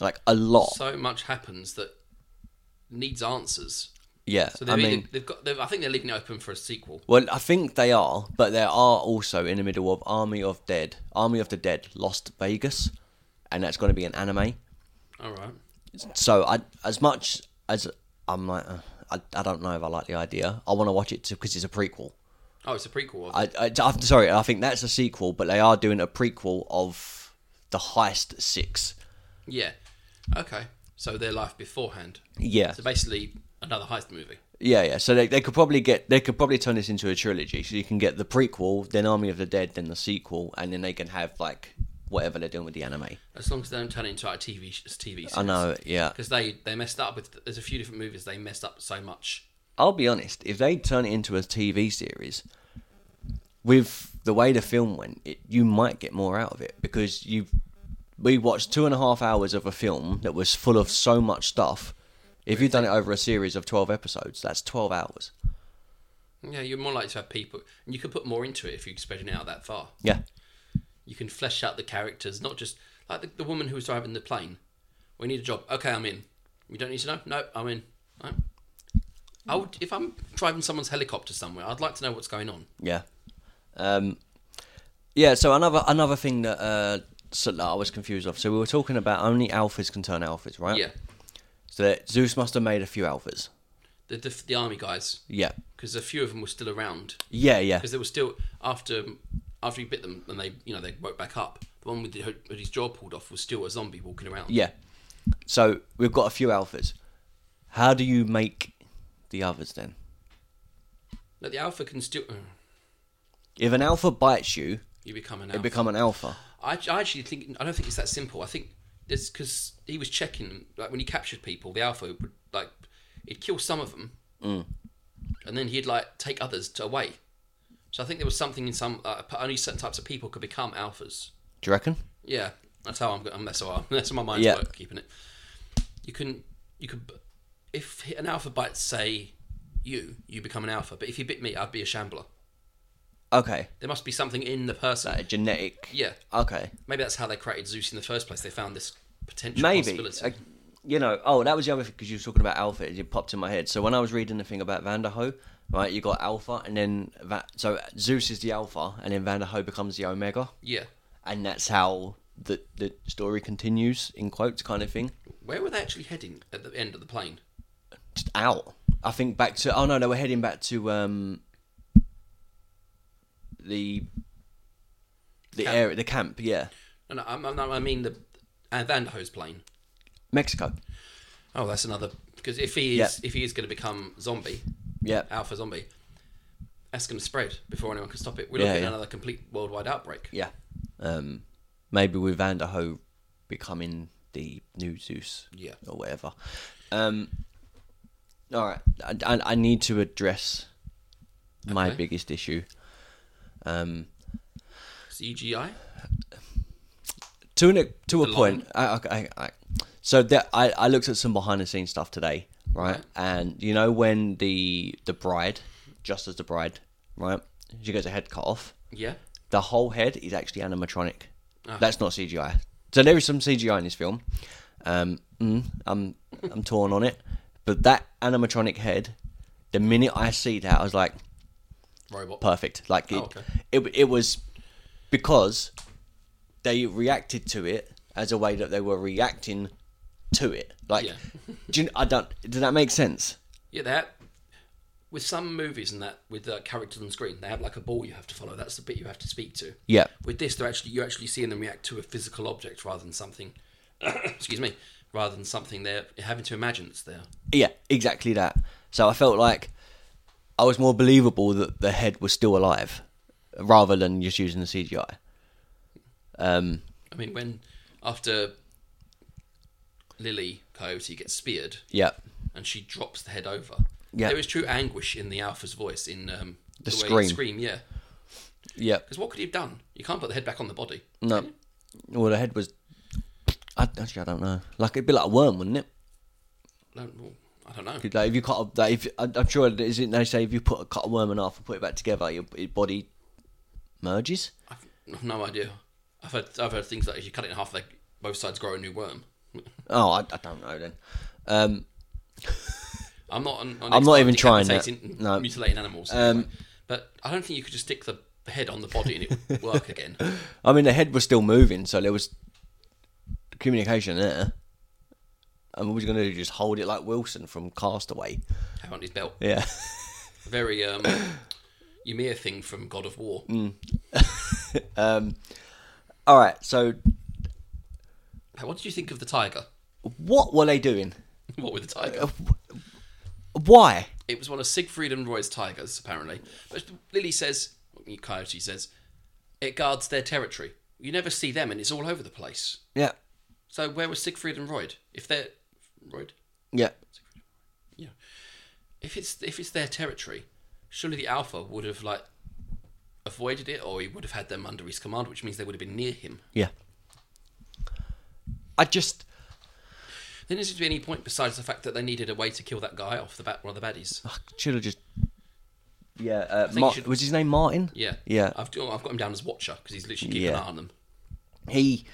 A: Like a lot.
B: So much happens that needs answers.
A: yeah.
B: So
A: I
B: they've,
A: mean.
B: either- they've got. They've, I think they're leaving it open for a sequel.
A: Well, I think they are, but they are also in the middle of Army of Dead, Army of the Dead, Lost Vegas, and that's going to be an anime.
B: All right.
A: So, I as much as I'm like, uh, I, I don't know if I like the idea. I want to watch it because it's a prequel.
B: Oh, it's a prequel. Of,
A: I, I I'm sorry, I think that's a sequel, but they are doing a prequel of the Heist Six.
B: yeah. Okay. So their life beforehand.
A: Yeah,
B: So basically, another heist movie.
A: yeah, yeah. So they, they could probably get they could probably turn this into a trilogy. So you can get the prequel, then Army of the Dead, then the sequel, and then they can have like whatever they're doing with the anime.
B: As long as they don't turn it into a TV sh- TV series.
A: I know, yeah.
B: Because they they messed up with. There's a few different movies they messed up so much.
A: I'll be honest, if they turn it into a TV series, with the way the film went, it, you might get more out of it because you we watched two and a half hours of a film that was full of so much stuff. If you've done it over a series of twelve episodes, that's twelve hours.
B: Yeah, you're more likely to have people, and you could put more into it if you spread it out that far.
A: Yeah,
B: You can flesh out the characters, not just like the, the woman who was driving the plane. We need a job. Okay, I'm in. We don't need to know. No, I'm in. Right. I would, if I'm driving someone's helicopter somewhere, I'd like to know what's going on.
A: yeah, um, yeah. So another another thing that uh, so that I was confused of. So we were talking about only alphas can turn alphas, right?
B: Yeah,
A: So that Zeus must have made a few alphas.
B: the the, the army guys,
A: Yeah.
B: because a few of them were still around.
A: Yeah, yeah,
B: because they were still after after he bit them and they you know they woke back up. The one with, the, with his jaw pulled off was still a zombie walking around.
A: Yeah. So we've got a few alphas. How do you make the others then?
B: No, the alpha can still. uh,
A: If an alpha bites you,
B: You become an
A: they
B: alpha.
A: become an alpha.
B: I, I actually think I don't think it's that simple. I think it's because he was checking them. Like when he captured people, the alpha would like he'd kill some of them,
A: Mm.
B: and then he'd like take others to away. So I think there was something in some uh, only certain types of people could become alphas.
A: Do you reckon?
B: Yeah, that's how I'm. go- I'm that's how I, *laughs* that's how my mind's
A: Yeah.
B: work. Keeping it. You can you could b- if an alpha bites say you you become an alpha, but if you bit me, I'd be a shambler.
A: Okay.
B: There must be something in the person.
A: A genetic.
B: yeah,
A: Okay.
B: maybe that's how they created Zeus in the first place. They found this potential
A: Maybe.
B: possibility.
A: Like, you know, oh, that was the other thing because you were talking about alpha. It popped in my head. So when I was reading the thing about Vanderho, right, you got alpha and then that. So Zeus is the alpha and then Vanderho becomes the omega.
B: yeah,
A: And that's how the, the story continues, in quotes, kind of thing.
B: where were they actually heading at the end of the plane?
A: just out. I think back to oh no, they were heading back to um the the
B: Camp.
A: area the camp, yeah.
B: No, no, I, I, I mean the uh, Vanderhoe's plane.
A: Mexico.
B: Oh, that's another because if he is if he is going to become zombie,
A: Yeah.
B: alpha zombie, that's going to spread before anyone can stop it. We're
A: Yeah,
B: looking at
A: yeah.
B: another complete worldwide outbreak.
A: Yeah. Um maybe with Vanderho becoming the new Zeus.
B: Yeah.
A: Or whatever. Um all right. I, I, I need to address my
B: Okay.
A: biggest issue. Um
B: CGI?
A: to an, to a
B: The
A: point. I, I, I, I- so that I, I looked at some behind the scenes stuff today, right?
B: Right.
A: And you know when the the bride, just as the bride, right? She gets her head cut off.
B: Yeah.
A: The whole head is actually animatronic.
B: Ah.
A: That's not CGI. So there is some CGI in this film. Um, mm, I'm I'm torn on it, but that animatronic head, the minute I see that, I was like,
B: Robot.
A: perfect. Like it,
B: Oh, okay.
A: it, it was because they reacted to it as a way that they were reacting to it. Like,
B: Yeah.
A: do you, I don't. Does that make sense?
B: yeah, that. with some movies and that with uh, characters on screen, they have like a ball you have to follow. That's the bit you have to speak to.
A: Yeah.
B: With this, they're actually you're actually seeing them react to a physical object rather than something. *coughs* excuse me, rather than something they're having to imagine that's there.
A: Yeah, exactly that. So I felt like I was more believable that the head was still alive rather than just using the CGI. Um,
B: I mean, when after Lily Coyote gets speared
A: yeah,
B: and she drops the head over,
A: Yeah.
B: there is true anguish in the Alpha's voice in um,
A: The
B: way
A: scream.
B: he scream, yeah.
A: yeah.
B: Because what could he have done? You can't put the head back on the body.
A: No. Well, the head was. I, actually, I don't know. Like it'd be like a worm, wouldn't it?
B: No, well, I don't know.
A: Could, Like if you cut a, like if I- I'm sure it isn't they say if you put a cut a worm in half and put it back together, your, your body merges.
B: I've I've no idea. I've heard, I've heard things like if you cut it in half, they, both sides grow a new worm. *laughs*
A: Oh, I, I don't know then. Um,
B: I'm not. An, an
A: I'm not
B: expert
A: even
B: at
A: trying that.
B: decapitating and
A: No. Um,
B: mutilating animals. anyway. but I don't think you could just stick the head on the body and it
A: *laughs*
B: would work again.
A: I mean, the head was still moving, so there was communication there. And what was going to do? Just hold it like Wilson from Castaway?
B: Have on his belt.
A: Yeah. *laughs* *coughs*
B: Very um, Ymir thing from God of War.
A: Mm. All right. So,
B: What did you think of the tiger? *laughs*
A: what were they doing?
B: What with the
A: Uh,
B: tiger?
A: Why?
B: It was one of Siegfried and Roy's tigers, apparently. But Lily says, Coyote says, it guards their territory. You never see them, and it's all over the place.
A: Yeah.
B: So where was Siegfried and Royd? If they're Royd,
A: Yeah.
B: yeah. If it's if it's their territory, surely the Alpha would have like avoided it, or he would have had them under his command, which means they would have been near him.
A: Yeah. I just.
B: There didn't seem to be any point besides the fact that they needed a way to kill that guy off the bat, one of the baddies.
A: I should have just. Yeah, uh,
B: think
A: Mar-
B: you should-
A: was his name Martin?
B: Yeah,
A: Yeah.
B: I've got- I've got him down as Watcher because he's literally keeping
A: Yeah.
B: an eye on them.
A: He.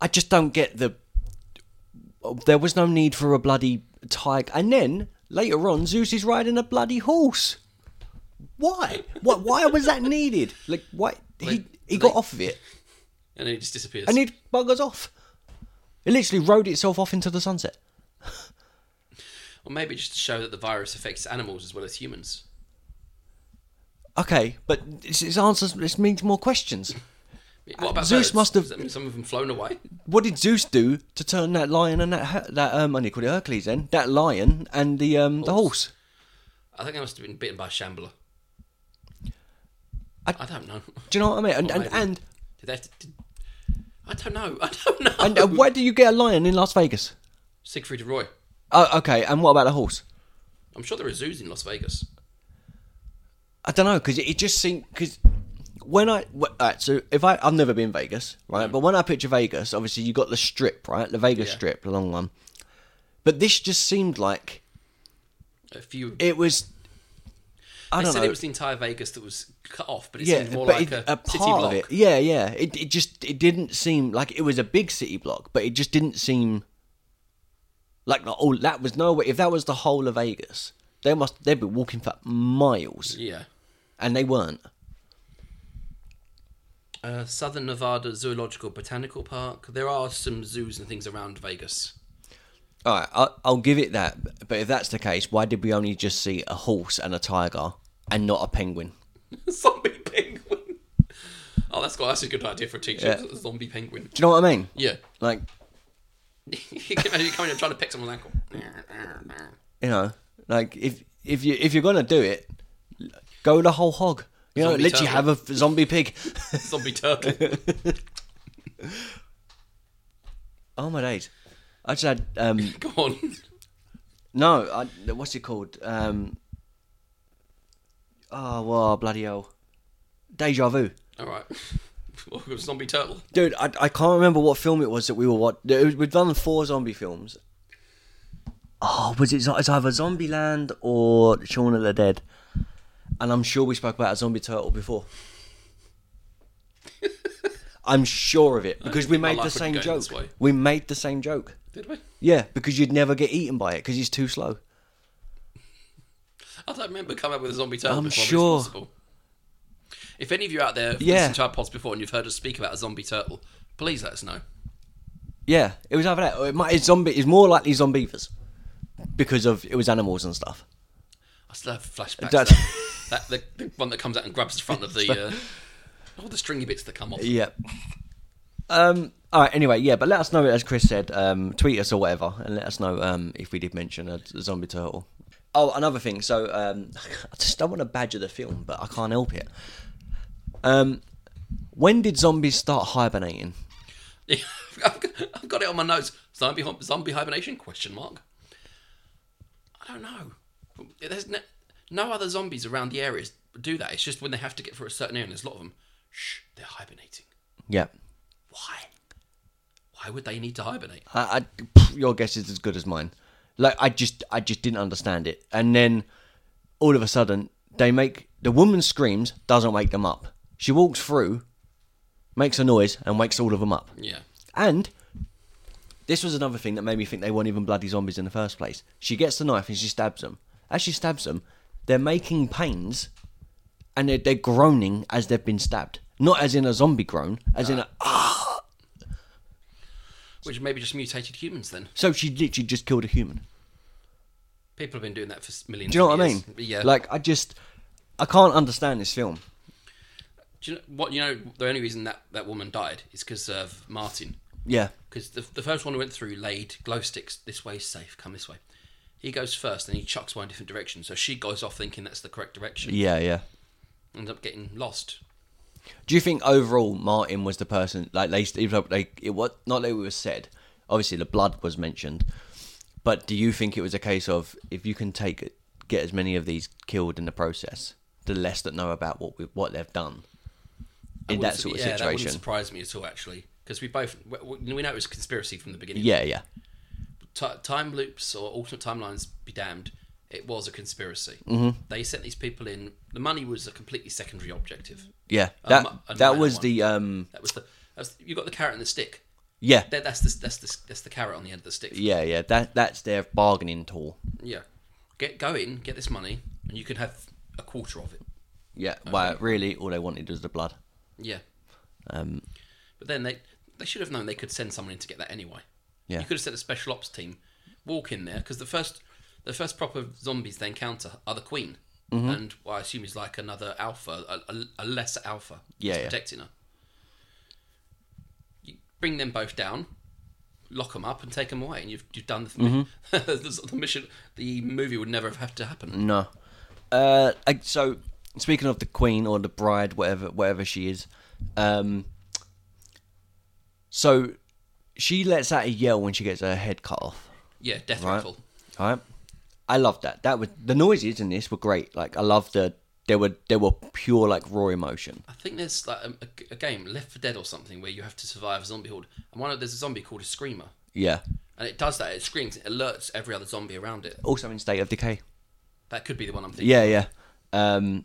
A: I just don't get the. There was no need for a bloody tiger. And then later on, Zeus is riding a bloody horse. Why? Why? Why was that needed? Like, why? He
B: Like,
A: he
B: they-
A: got off of it
B: And then he just disappears.
A: and it buggers off. It literally rode itself off into the sunset.
B: or maybe just to show that the virus affects animals as well as humans.
A: Okay, but this, this answers this means more questions.
B: What about
A: Uh, Zeus
B: birds?
A: must have-
B: Does that mean Some of them flown away.
A: What did Zeus do to turn that lion and that her- that um? I nearly called it Hercules then. That lion and the um the horse.
B: I think I must have been bitten by a shambler.
A: I-
B: I, don't know.
A: Do you know what I mean? And
B: Or
A: and,
B: maybe-
A: and
B: Did they have to, did, I don't know. *laughs* I don't know.
A: and uh, where do you get a lion in Las Vegas?
B: Siegfried and Roy.
A: Oh, okay. And what about the horse?
B: I'm sure there are zoos in Las Vegas.
A: I don't know because it, it just seemed because when I wh- alright, so if I I've never been Vegas right, but when I picture Vegas, obviously you got the strip right, the Vegas
B: Mm. Yeah.
A: strip, the long one. But this just seemed like
B: A few.
A: it was. I
B: they
A: don't
B: said
A: know.
B: it was the entire Vegas that was cut off, but it
A: yeah,
B: seemed more
A: but
B: like
A: it-
B: a, city
A: part
B: block.
A: of it. Yeah, yeah. It it just it didn't seem like it was a big city block, but it just didn't seem like the whole. That was no way. If that was the whole of Vegas, they must they'd be walking for miles,
B: Yeah.
A: and they weren't.
B: Uh, Southern Nevada Zoological Botanical Park. There are some zoos and things around Vegas.
A: All right, I'll, I'll give it that. But if that's the case, why did we only just see a horse and a tiger and not a penguin?
B: *laughs* zombie penguin. Oh, that's got that's a good idea for a teacher.
A: Yeah.
B: Zombie penguin.
A: Do you know what I mean?
B: Yeah. *laughs*
A: Like
B: you can imagine you coming and trying to pick someone's ankle. *laughs*
A: you know, like if if you if you're gonna do it, go the whole hog. You know,
B: Zombie
A: literally
B: turtle.
A: have a f- zombie pig. *laughs*
B: zombie turtle.
A: Oh my days! I just had um
B: Go on.
A: no, I, what's it called? Um, oh wow, bloody hell, deja vu,
B: All right. Welcome to zombie turtle.
A: dude. I, I can't remember what film it was that we were watching. We've done four zombie films. Oh, was it? zo- It's either Zombieland or Shaun of the Dead, and I'm sure we spoke about a zombie turtle *laughs* before. I'm sure of it because we
B: my
A: made the
B: life would
A: same
B: go
A: joke.
B: this way.
A: We made the same joke.
B: Did we?
A: Yeah, because you'd never get eaten by it because he's too slow.
B: I don't remember coming up with a zombie turtle
A: I'm
B: before. but it's
A: sure.
B: possible. If any of you out there have
A: Yeah.
B: listened to our pods before and you've heard us speak about a zombie turtle, please let us know.
A: Yeah, it was either that. Or it might, it's zombie. It's more likely zombievers because of it was animals and stuff.
B: I still have flashbacks.
A: That-
B: of
A: *laughs*
B: That, that the, the one that comes out and grabs the front of the uh, all the stringy bits that come off.
A: Yep. Um. All right. Anyway, yeah. But let us know, as Chris said, um, tweet us or whatever, and let us know um, if we did mention a, a zombie turtle. Oh, another thing. So um, *laughs* I just don't want to badger the film, but I can't help it. Um, when did zombies start hibernating?
B: I've got- *laughs* I've got it on my notes. Zombie hi- zombie hibernation? Question mark. I don't know. There's no, no other zombies around the areas do that. It's just when they have to get through a certain area. and There's a lot of them. Shh, they're hibernating.
A: Yeah.
B: Why? Why would they need to hibernate?
A: I, I, your guess is as good as mine. Like I just, I just didn't understand it. And then, all of a sudden, they make the woman screams doesn't wake them up. She walks through, makes a noise, and wakes all of them up.
B: Yeah.
A: And this was another thing that made me think they weren't even bloody zombies in the first place. She gets the knife and she stabs them. As she stabs them, they're making pains and they're, they're groaning as they've been stabbed. Not as in a zombie groan, as in a.
B: Which maybe just mutated humans then.
A: So she literally just killed a human.
B: People have been doing that for s- millions.
A: Do you know
B: of
A: what I mean?
B: years. Yeah.
A: Like, I just. I can't understand this film.
B: Do you know what? You know, the only reason that that woman died is because of Martin.
A: Yeah.
B: Because the, the first one we went through laid glow sticks. This way's safe. Come this way. He goes first, and he chucks one in a different direction. So she goes off thinking that's the correct direction.
A: Yeah, yeah.
B: Ends up getting lost.
A: Do you think overall Martin was the person like they even though they it was not that it was said. Obviously the blood was mentioned. But do you think it was a case of if you can take get as many of these killed in the process, the less that know about what we, what they've done in that
B: Wouldn't-
A: sort of
B: yeah, that wouldn't
A: situation?
B: surprise me at all, actually. Because we both we, we know it was conspiracy from the beginning.
A: yeah, yeah.
B: Ti time loops or alternate timelines be damned, it was a conspiracy. Mm-hmm. They sent these people in. The money was a completely secondary objective.
A: Yeah.
B: A
A: That
B: mi- a
A: that
B: minor
A: was
B: one.
A: the um
B: That was the. That's, you got the carrot and the stick.
A: yeah.
B: That, that's the that's the that's the carrot on the end of the stick.
A: Yeah, yeah. That that's their bargaining tool.
B: Yeah. Get go in, get this money, and you can have a quarter of it.
A: Yeah. Well, really all they wanted was the blood.
B: Yeah. Um, but then they they should have known they could send someone in to get that anyway.
A: Yeah.
B: You could have sent a special ops team walk in there because the first the first proper zombies they encounter are the queen,
A: Mm-hmm.
B: and what I assume is like another alpha, a, a, a lesser alpha.
A: Yeah,
B: that's
A: yeah.
B: Protecting her. You bring them both down. Lock them up and take them away, and you've you've done the,
A: Mm-hmm.
B: *laughs* the, the mission. The movie would never have had to happen.
A: No. Uh, I- so speaking of the queen or the bride, whatever whatever she is, um, so she lets out a yell when she gets her head cut off.
B: Yeah, death
A: Right.
B: rattle.
A: All right. I love that. That was the noises in this were great. Like I love the they were they were pure like raw emotion.
B: I think there's like um, a, a game, Left for Dead or something, where you have to survive a zombie horde. And one of there's a zombie called a screamer,
A: Yeah.
B: and it does that. It screams, it alerts every other zombie around it.
A: Also in state of decay.
B: That could be the one I'm thinking.
A: Yeah, yeah. Um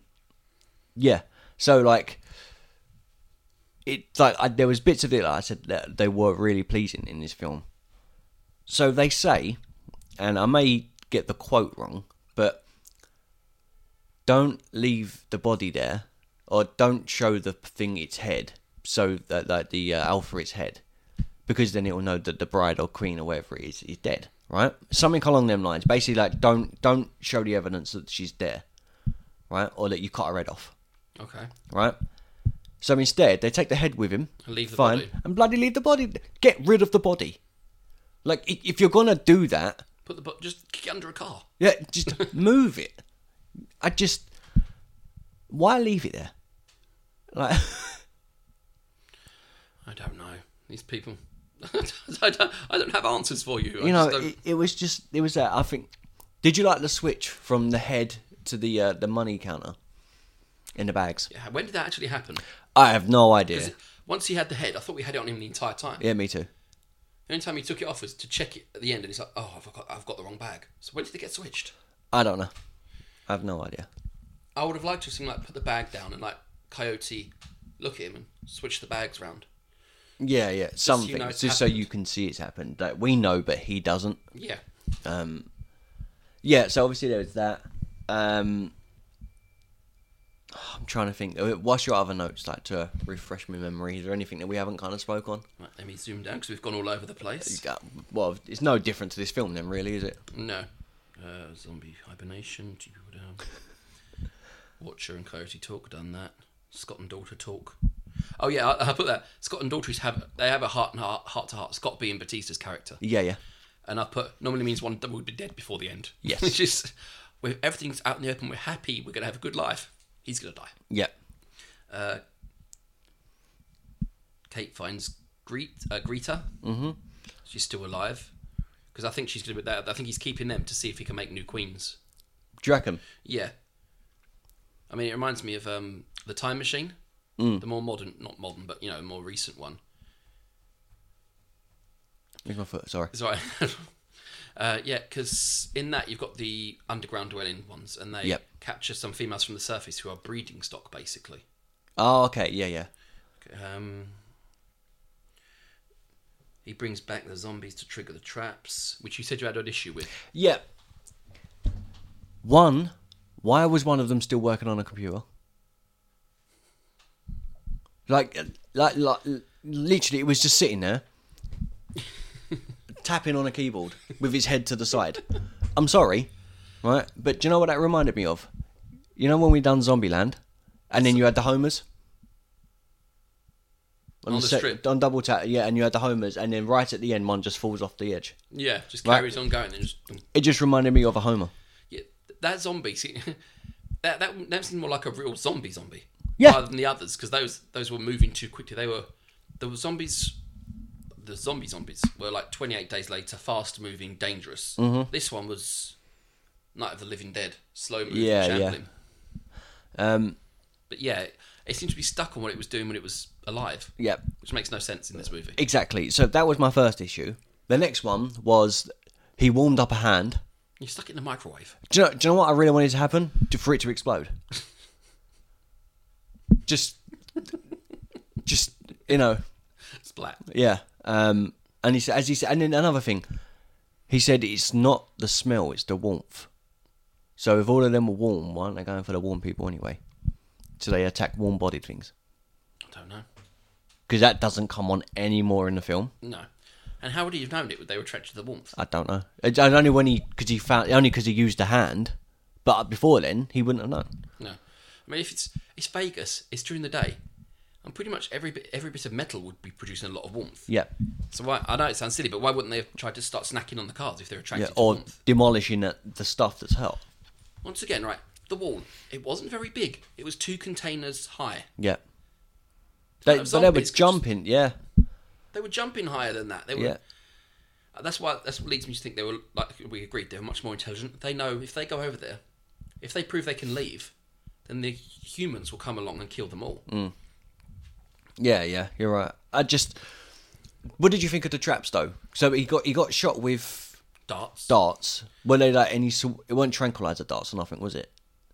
A: yeah. So like it like I, there was bits of it that I said that they were really pleasing in this film. So they say and I may get the quote wrong, but don't leave the body there or don't show the thing its head so that like the uh, alpha its head because then it will know that the bride or queen or whatever it is is dead right something along them lines basically like don't don't show the evidence that she's there right or that you cut her head off
B: Okay.
A: right so instead they take the head with him
B: And leave the
A: fine
B: body.
A: and bloody leave the body get rid of the body like i- if you're gonna do that
B: Put the bu- just kick it under a car.
A: yeah, just *laughs* move it. I just why leave it there? Like *laughs*
B: I don't know these people. *laughs* I don't. I don't have answers for you. I
A: you know,
B: just don't-
A: it, it was just it was that. I think. Did you like the switch from the head to the uh, the money counter in the bags?
B: Yeah, when did that actually happen?
A: I have no idea.
B: 'Cause Once he had the head, I thought we had it on him the entire time.
A: yeah, me too.
B: The only time he took it off was to check it at the end, and he's like, "Oh, I've got, I've got the wrong bag." So when did it get switched?
A: I don't know. I have no idea.
B: I would have liked to have seen like put the bag down and like Coyote look at him and switch the bags round.
A: Yeah, yeah,
B: so
A: something
B: you know
A: just,
B: it's
A: so
B: happened.
A: you can see it's happened. Like we know, but he doesn't.
B: Yeah,
A: Yeah, so obviously there was that. Um, *sighs* I'm trying to think. Uh, What's your other notes like to refresh my memory? Is there anything that we haven't kind of spoke on?
B: right, let me zoom down because we've gone all over the place.
A: Uh, Well, it's no different to this film, then, really, is it?
B: No, Uh, zombie hibernation. Two people down. Watcher and Coyote talk. Done that. Scott and daughter talk. Oh yeah, I, I put that. Scott and daughters have they have a heart and heart heart to heart. Scott being Batista's character,
A: Yeah, yeah.
B: and I put normally means one will be dead before the end. *laughs*
A: Yes.
B: it's just with everything's out in the open. We're happy. We're gonna have a good life. He's gonna die.
A: Yeah.
B: Uh, Kate finds Gre- uh, Greta. Mm-hmm. She's still alive because I think she's going to be that. I think he's keeping them to see if he can make new queens.
A: Do you reckon?
B: Yeah. I mean, it reminds me of um, the Time Machine, the more modern, not modern, but you know, more recent one.
A: Where's my foot? Sorry.
B: It's all right. *laughs* Uh, yeah, because in that you've got the underground dwelling ones, and they
A: Yep.
B: capture some females from the surface who are breeding stock, basically.
A: Oh, okay. Yeah, yeah.
B: Um, he brings back the zombies to trigger the traps, which you said you had an issue with.
A: Yeah. One, why was one of them still working on a computer? Like, like, like literally, it was just sitting
B: *laughs*
A: there, tapping on a keyboard with his head to the side. I'm sorry, right? But do you know what that reminded me of? You know when we done Zombieland, and then you had the homers.
B: On the
A: sec-
B: strip.
A: on double tap, yeah, and you had the homers, and then right at the end, one just falls off the edge.
B: Yeah, just
A: Right.
B: carries on going and just.
A: It just reminded me of a homer.
B: Yeah, that zombie. See, *laughs* that that that seemed more like a real zombie zombie.
A: Yeah.
B: Rather than the others, because those those were moving too quickly. They were the zombies. The zombie zombies were like 28 days later, fast moving, dangerous.
A: Mm-hmm.
B: This one was Night of the Living Dead, slow moving,
A: Yeah, yeah.
B: shambling.
A: Um,
B: But yeah, it, it seemed to be stuck on what it was doing when it was alive.
A: yeah,
B: which makes no sense in this movie.
A: exactly. So that was my first issue. The next one was he warmed up a hand.
B: You're stuck in the microwave.
A: Do you know, do you know what I really wanted to happen? To, for it to explode. just, just you know,
B: Splat.
A: yeah. Um, and he said, as he said, and then another thing, he said it's not the smell, it's the warmth. So if all of them were warm, why aren't they going for the warm people anyway? So they attack warm-bodied things
B: I don't know.
A: because that doesn't come on any more in the film.
B: No. And how would he have known it? They were attracted to the warmth.
A: I don't know. It's it's only when he because he found only because he used a hand, but before then he wouldn't have known.
B: No. I mean, if it's it's Vegas, it's during the day, and pretty much every bit every bit of metal would be producing a lot of warmth.
A: Yeah,
B: So why? I know it sounds silly, but why wouldn't they have tried to start snacking on the cards if they're attracted
A: yeah,
B: to
A: or
B: warmth?
A: demolishing the, the stuff that's hurt.
B: Once again, right? The wall. It wasn't very big. It was two containers high.
A: Yeah, they, but they
B: of
A: were
B: zombies could
A: jumping. Yeah,
B: They were jumping higher than that. They were.
A: yeah,
B: That's why. That's what leads me to think they were like we agreed. They were much more intelligent. They know if they go over there, if they prove they can leave, then the humans will come along and kill them all.
A: Mm. yeah, yeah. You're right. I just, what did you think of the traps though? So he got he got shot with
B: Darts. darts.
A: darts. Were they like any? sor- It weren't tranquilizer darts or nothing, was it?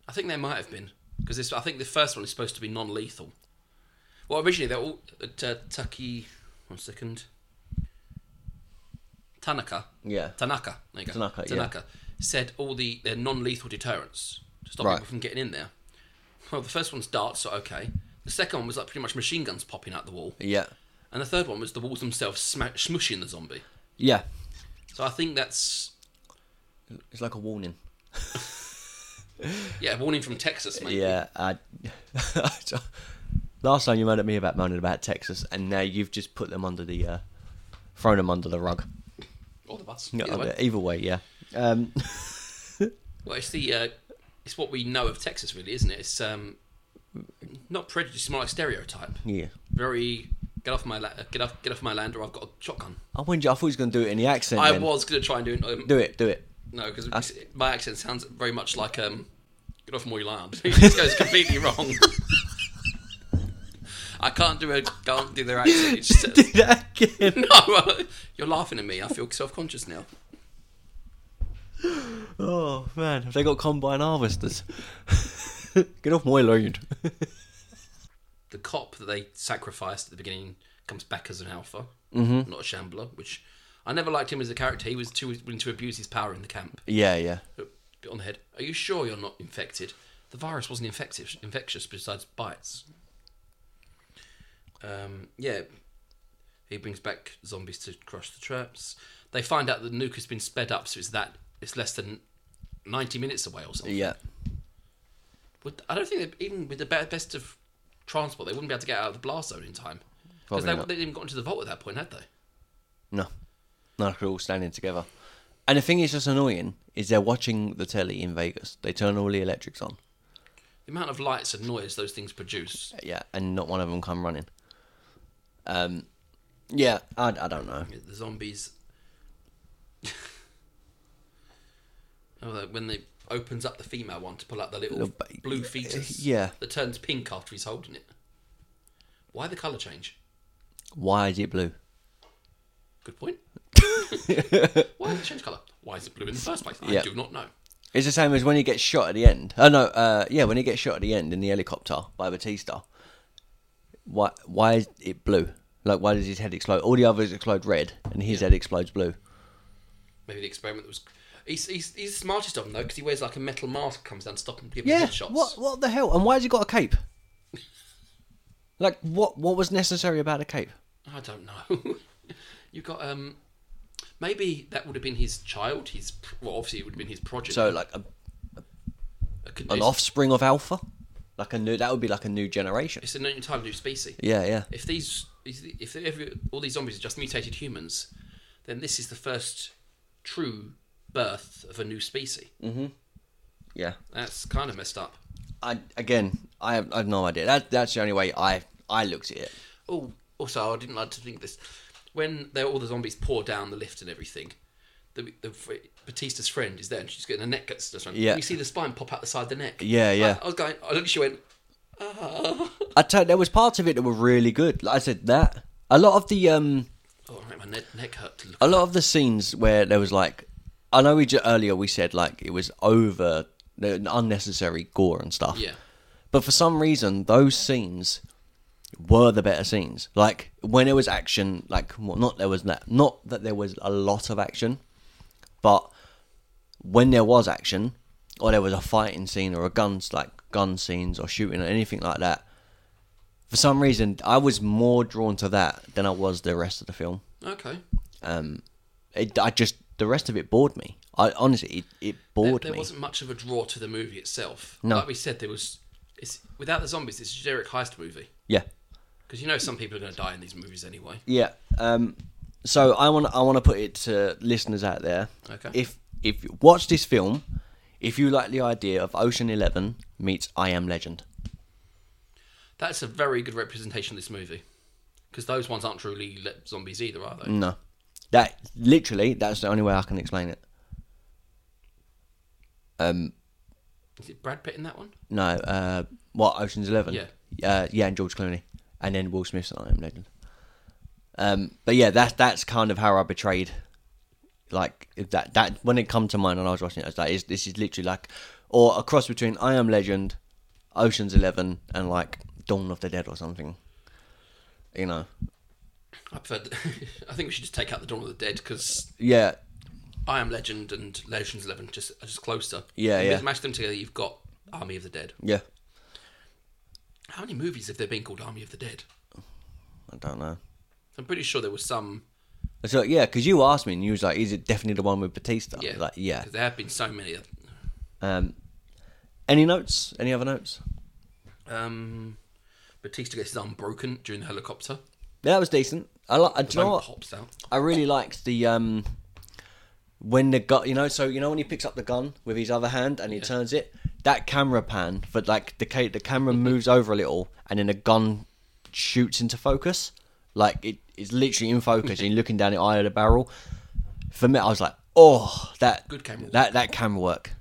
B: I think there might have been because this. I think the first one is supposed to be non-lethal. Well, originally they're all at uh, Taki. One second. Tanaka.
A: Yeah.
B: Tanaka. There you go.
A: Tanaka, yeah.
B: Tanaka said all the their non-lethal deterrents to stop
A: Right.
B: people from getting in there. Well, the first one's darts, so okay. The second one was like pretty much machine guns popping out the wall,
A: Yeah,
B: and the third one was the walls themselves smash, smushing the zombie.
A: yeah.
B: So I think that's
A: It's like a warning.
B: yeah, a warning from Texas, mate.
A: Yeah, I, *laughs* last time you moaned at me about moaning about Texas, and now you've just put them under the, uh, thrown them under the rug.
B: Or the bus.
A: Yeah,
B: Either way.
A: Either, way, yeah. Um, *laughs*
B: Well, it's the uh, it's what we know of Texas, really, isn't it? It's um, not prejudice, more like stereotype.
A: yeah.
B: Very get off my la- get off get off my land, or I've got a shotgun.
A: I wonder. I thought he was going to do it in the accent.
B: I
A: then.
B: was gonna try and do it. Um,
A: Do it. Uh. Do it.
B: No, because my accent sounds very much like um, get off my land. *laughs* It just goes completely wrong. *laughs* I can't do a can't do their accent.
A: *laughs*
B: It's just,
A: Do that again.
B: *laughs* no, uh, you're laughing at me. I feel self conscious now.
A: Oh man, have they got combine harvesters? *laughs* Get off my land. *laughs*
B: the cop that they sacrificed at the beginning comes back as an alpha, not a shambler. Which I never liked him as a character. He was too willing to abuse his power in the camp.
A: yeah, yeah.
B: Bit on the head. Are you sure you're not infected? The virus wasn't infective, infectious besides bites. Um, yeah, he brings back zombies to crush the traps. They find out the nuke has been sped up, so it's that it's less than 90 minutes away or something.
A: Yeah.
B: Would- I don't think that even with the be- best of transport, they wouldn't be able to get out of the blast zone in time. Because
A: Probably
B: they,
A: not.
B: they didn't even got into the vault at that point, had they?
A: No. No, they're all standing together. And the thing is just annoying is they're watching the telly in Vegas. They turn all the electrics on.
B: The amount of lights and noise those things produce.
A: Yeah, and not one of them come running. Um, yeah, I, I don't know.
B: The zombies. *laughs* oh, the- when they opens up the female one to pull out the little,
A: Little ba- uh,
B: blue fetus.
A: yeah.
B: That turns pink after he's holding it. Why the colour change?
A: Why is it blue?
B: Good
A: *laughs*
B: point. Why did it change colour? Why is it blue in the first place? I
A: Yeah.
B: do not know.
A: It's the same as when he gets shot at the end. Oh no, uh, yeah, when he gets shot at the end in the helicopter by Batista. Why? Why is it blue? Like, why does his head explode? All the others explode red, and his head explodes blue.
B: Maybe the experiment was. He's, he's, he's the smartest of them though because he wears like a metal mask comes down to stop him from giving
A: Yeah.
B: headshots.
A: What? What the hell? And why has he got a cape? *laughs* Like, what? What was necessary about a cape?
B: I don't know. *laughs* you got um, maybe that would have been his child. His pr- well, obviously it would have been his progeny.
A: So, like, a,
B: A con-
A: an
B: it's,
A: offspring of Alpha. Like a new. That would be like a new generation.
B: it's an entirely new species.
A: Yeah, yeah.
B: If these, these- if every, all these zombies are just mutated humans, then this is the first true birth of a new species.
A: Mm. Yeah.
B: That's kind of messed up.
A: I again, I have, I have no idea. That that's the only way I I looked at it.
B: Oh, also, I didn't like to think this. When they all the zombies pour down the lift and everything, the, the fr- Batista's friend is there, and she's getting her neck gets this one.
A: Yeah.
B: you see the spine pop out the side of the neck.
A: Yeah,
B: I-
A: yeah.
B: I, was going. I literally went.
A: I tell there was parts of it that were really good. Like I said, that a lot of the um
B: Oh, right, my neck, neck hurt to look.
A: a lot of the scenes where there was like, I know we ju- earlier we said like it was over the unnecessary gore and stuff.
B: Yeah.
A: But for some reason, those scenes were the better scenes. Like when there was action, like well, not there was that, not that there was a lot of action, but when there was action, or there was a fighting scene or a guns like gun scenes or shooting or anything like that. For some reason, I was more drawn to that than I was the rest of the film.
B: Okay.
A: It, I just the rest of it bored me. I honestly, it, it
B: There,
A: bored
B: there
A: me.
B: wasn't much of a draw to the movie itself.
A: No.
B: Like we said, there was. It's without the zombies. It's a generic heist movie
A: Yeah,
B: because you know some people are going to die in these movies anyway.
A: yeah. Um, so I want I want to put it to listeners out there.
B: Okay.
A: If if you watch this film, if you like the idea of Ocean Eleven meets I Am Legend,
B: That's a very good representation of this movie because those ones aren't truly le- zombies either, are they?
A: no, that literally that's the only way I can explain it.
B: Is it Brad Pitt in that one?
A: No, uh, what Ocean's Eleven?
B: Yeah.
A: uh, yeah, and George Clooney, and then Will Smith's I Am Legend. Um, but yeah, that's that's kind of how I betrayed. Like that that when it come to mind when I was watching it, I was like, is, "This is literally like, or a cross between I Am Legend, Ocean's Eleven, and like Dawn of the Dead or something." You know,
B: I preferred. *laughs* I think we should just take out the Dawn of the Dead because
A: yeah,
B: I Am Legend and Legends Eleven just are just closer.
A: Yeah,
B: You
A: yeah.
B: Mash them together, you've got Army of the Dead.
A: yeah.
B: How many movies have there been called Army of the Dead?
A: I don't know.
B: I'm pretty sure there was some.
A: So yeah, because you asked me, and you was like, "Is it definitely the one with Batista?"
B: Yeah,
A: Uh, like yeah.
B: 'cause there have been so many.
A: Um, any notes? Any other notes?
B: Um, Batista gets his arm broken during the helicopter.
A: Yeah, that was decent. I like. Do you know
B: Bone
A: what?
B: pops out.
A: I really liked the um when the gun, you know, so you know when he picks up the gun with his other hand and he turns it, that camera pan for like the ca- the camera
B: Mm-hmm.
A: moves over a little and then the gun shoots into focus, like it is literally in focus and you're looking down the eye of the barrel. For me, I was like, oh, that
B: Good camera work.
A: that that camera work.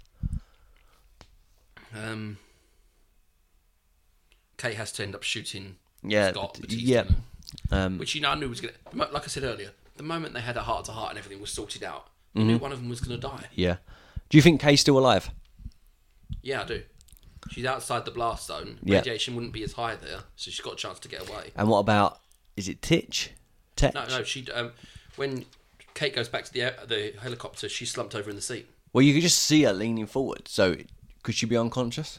B: Um, Kate has to end up shooting.
A: Yeah,
B: Scott
A: but-
B: Batista,
A: yeah.
B: no?
A: Um,
B: which you know I knew was gonna. Like I said earlier, the moment they had a heart to heart and everything was sorted out, I knew one of them was gonna die.
A: Mm-hmm. yeah. Do you think Kay's still alive?
B: Yeah, I do. She's outside the blast zone.
A: Yeah.
B: Radiation wouldn't be as high there, so she's got a chance to get away.
A: And what about is it Titch? Tech?
B: No, no, she. Um, when Kate goes back to the air- the helicopter, she's slumped over in the seat.
A: Well, you could just see her leaning forward. So could she be unconscious?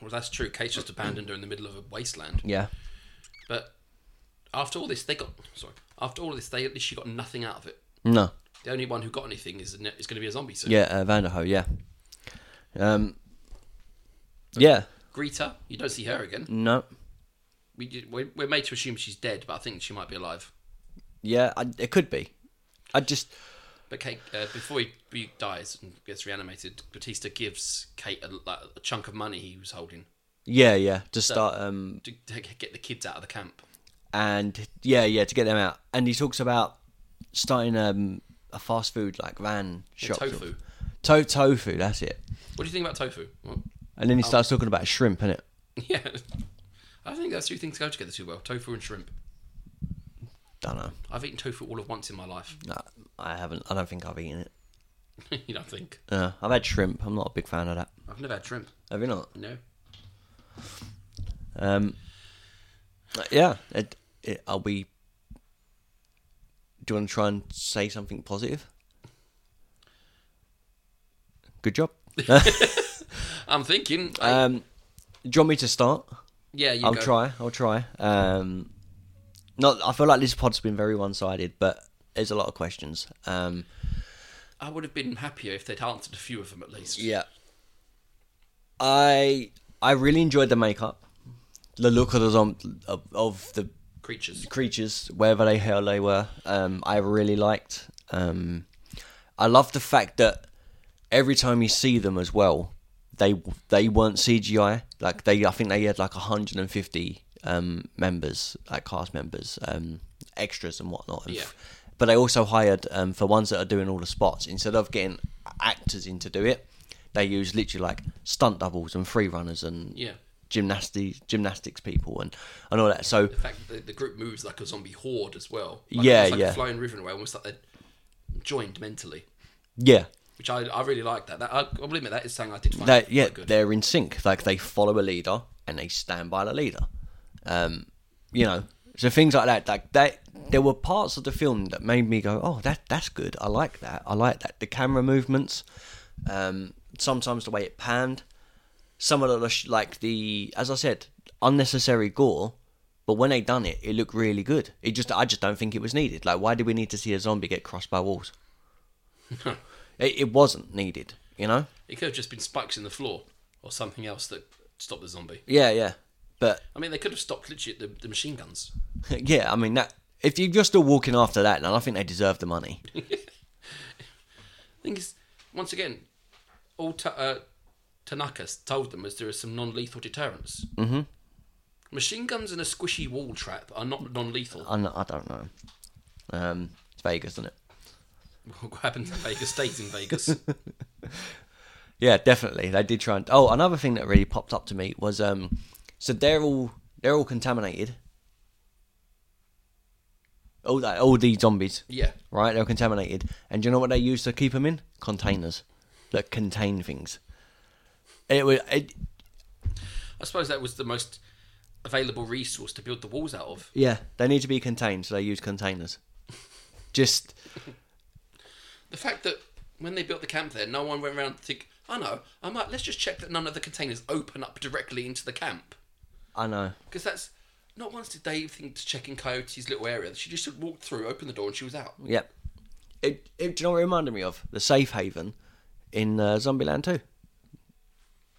B: Well, that's true. Kate's just abandoned her in the middle of a wasteland.
A: Yeah.
B: But after all this, they got sorry. After all this, they at least she got nothing out of it.
A: No.
B: The only one who got anything is is going to be a zombie soon.
A: Yeah, uh, Vanderho, yeah. Um, yeah.
B: Greta, you don't see her again.
A: No.
B: We did, we're, we're made to assume she's dead, but I think she might be alive.
A: Yeah. I, it could be. I just.
B: But Kate, uh, before he, he dies and gets reanimated, Batista gives Kate a, like, a chunk of money he was holding
A: Yeah. Yeah. To start. Um.
B: to, to get the kids out of the camp.
A: And yeah. Yeah. To get them out. And he talks about starting um a fast food like van shop. sort of-
B: tofu.
A: To- tofu. That's it.
B: What do you think about tofu? Well, *laughs*
A: And then he starts talking about shrimp, innit?
B: yeah, I think those two things go together too well: tofu and shrimp.
A: Don't know.
B: I've eaten tofu all of once in my life. *laughs*
A: No, I haven't. I don't think I've eaten it.
B: you don't think?
A: Uh, I've had shrimp. I'm not a big fan of that.
B: I've never had shrimp.
A: Have you not?
B: No.
A: Um, uh, yeah. It, it, are we? Do you want to try and say something positive? Good
B: *laughs*
A: job.
B: I'm thinking. I-
A: Um, do you want me to start?
B: yeah, you
A: I'll
B: go.
A: try. I'll try. Um, not. I feel like this pod's been very one-sided, but there's a lot of questions. Um,
B: I would have been happier if they'd answered a few of them at least.
A: Yeah. I I really enjoyed the makeup, the look of the zom- of, of the
B: Creatures.
A: creatures, wherever they hell they were. Um, I really liked. Um, I love the fact that every time you see them as well, they they weren't CGI. Like they, I think they had like 150 um, members, like cast members, um, extras and whatnot. And
B: Yeah.
A: But they also hired um, for ones that are doing all the spots. Instead of getting actors in to do it, they use literally like stunt doubles and free runners and
B: Yeah.
A: gymnastics gymnastics people and, and all that. So
B: The fact that the group moves like a zombie horde as well. Like,
A: Yeah,
B: it's like
A: yeah.
B: A flying river in a way, almost like they're joined mentally,
A: yeah,
B: which I, I really like that. that I, I'll admit that is something I did find
A: They're,
B: quite
A: yeah,
B: good.
A: they're in sync. Like they follow a leader and they stand by the leader. Um, you know, so things like that. Like that, there were parts of the film that made me go, "Oh, that that's good. I like that. I like that." The camera movements, um, sometimes the way it panned, some of the sh- like the as I said, unnecessary gore. But when they done it, it looked really good. It just I just don't think it was needed. Like, why did we need to see a zombie get crossed by
B: *laughs*
A: walls? it, it wasn't needed. You know.
B: It could have just been spikes in the floor or something else that stopped the zombie.
A: Yeah, yeah. But *laughs*
B: I mean, they could have stopped literally at the, the machine guns.
A: yeah, I mean that if you- you're still walking after that, then I think they deserve the money.
B: I think it's, once again, all ta- uh, Tanaka s- told them was there are some non lethal deterrents. Mm-hmm. Machine guns and a squishy wall trap are not non lethal.
A: I'm not, I don't know. Um, it's Vegas, isn't it?
B: *laughs* What happens in Vegas stays in Vegas.
A: Yeah, definitely. They did try and. Oh, another thing that really popped up to me was um, so they're all they're all contaminated. All that, all these zombies,
B: yeah.
A: right? They're contaminated, and do you know what they use to keep them in? Containers that contain things. It was it,
B: I suppose that was the most available resource to build the walls out of.
A: yeah. They need to be contained, so they use containers. *laughs* Just
B: The fact that when they built the camp there, no one went around to think, oh no, I might, let's just check that none of the containers open up directly into the camp.
A: I know.
B: Because that's not once did they think to check in Coyote's little area. She just walked through, opened the door, and she was out.
A: Yep. It, it, do you know what it reminded me of? The safe haven in uh, Zombieland 2.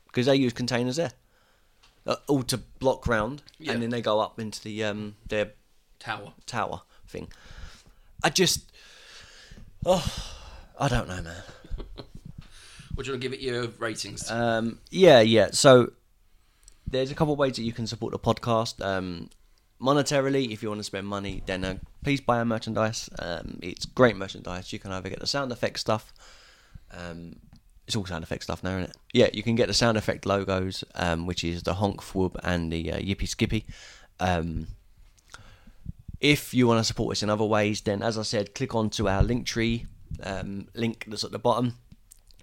A: Because they use containers there. Uh, all to block round,
B: Yeah.
A: and then they go up into the um, their
B: Tower.
A: tower thing. I just. Oh, I don't know, man.
B: What do you want to give it your ratings?
A: Um, yeah, yeah. So there's a couple of ways that you can support the podcast. Um, monetarily, if you want to spend money, then uh, please buy our merchandise. Um, it's great merchandise. You can either get the sound effect stuff. Um, it's all sound effect stuff now, isn't it? Yeah, you can get the sound effect logos, um, which is the honk whoop and the uh, yippee skippy. Um, if you want to support us in other ways, then as I said, click onto our link tree um, link that's at the bottom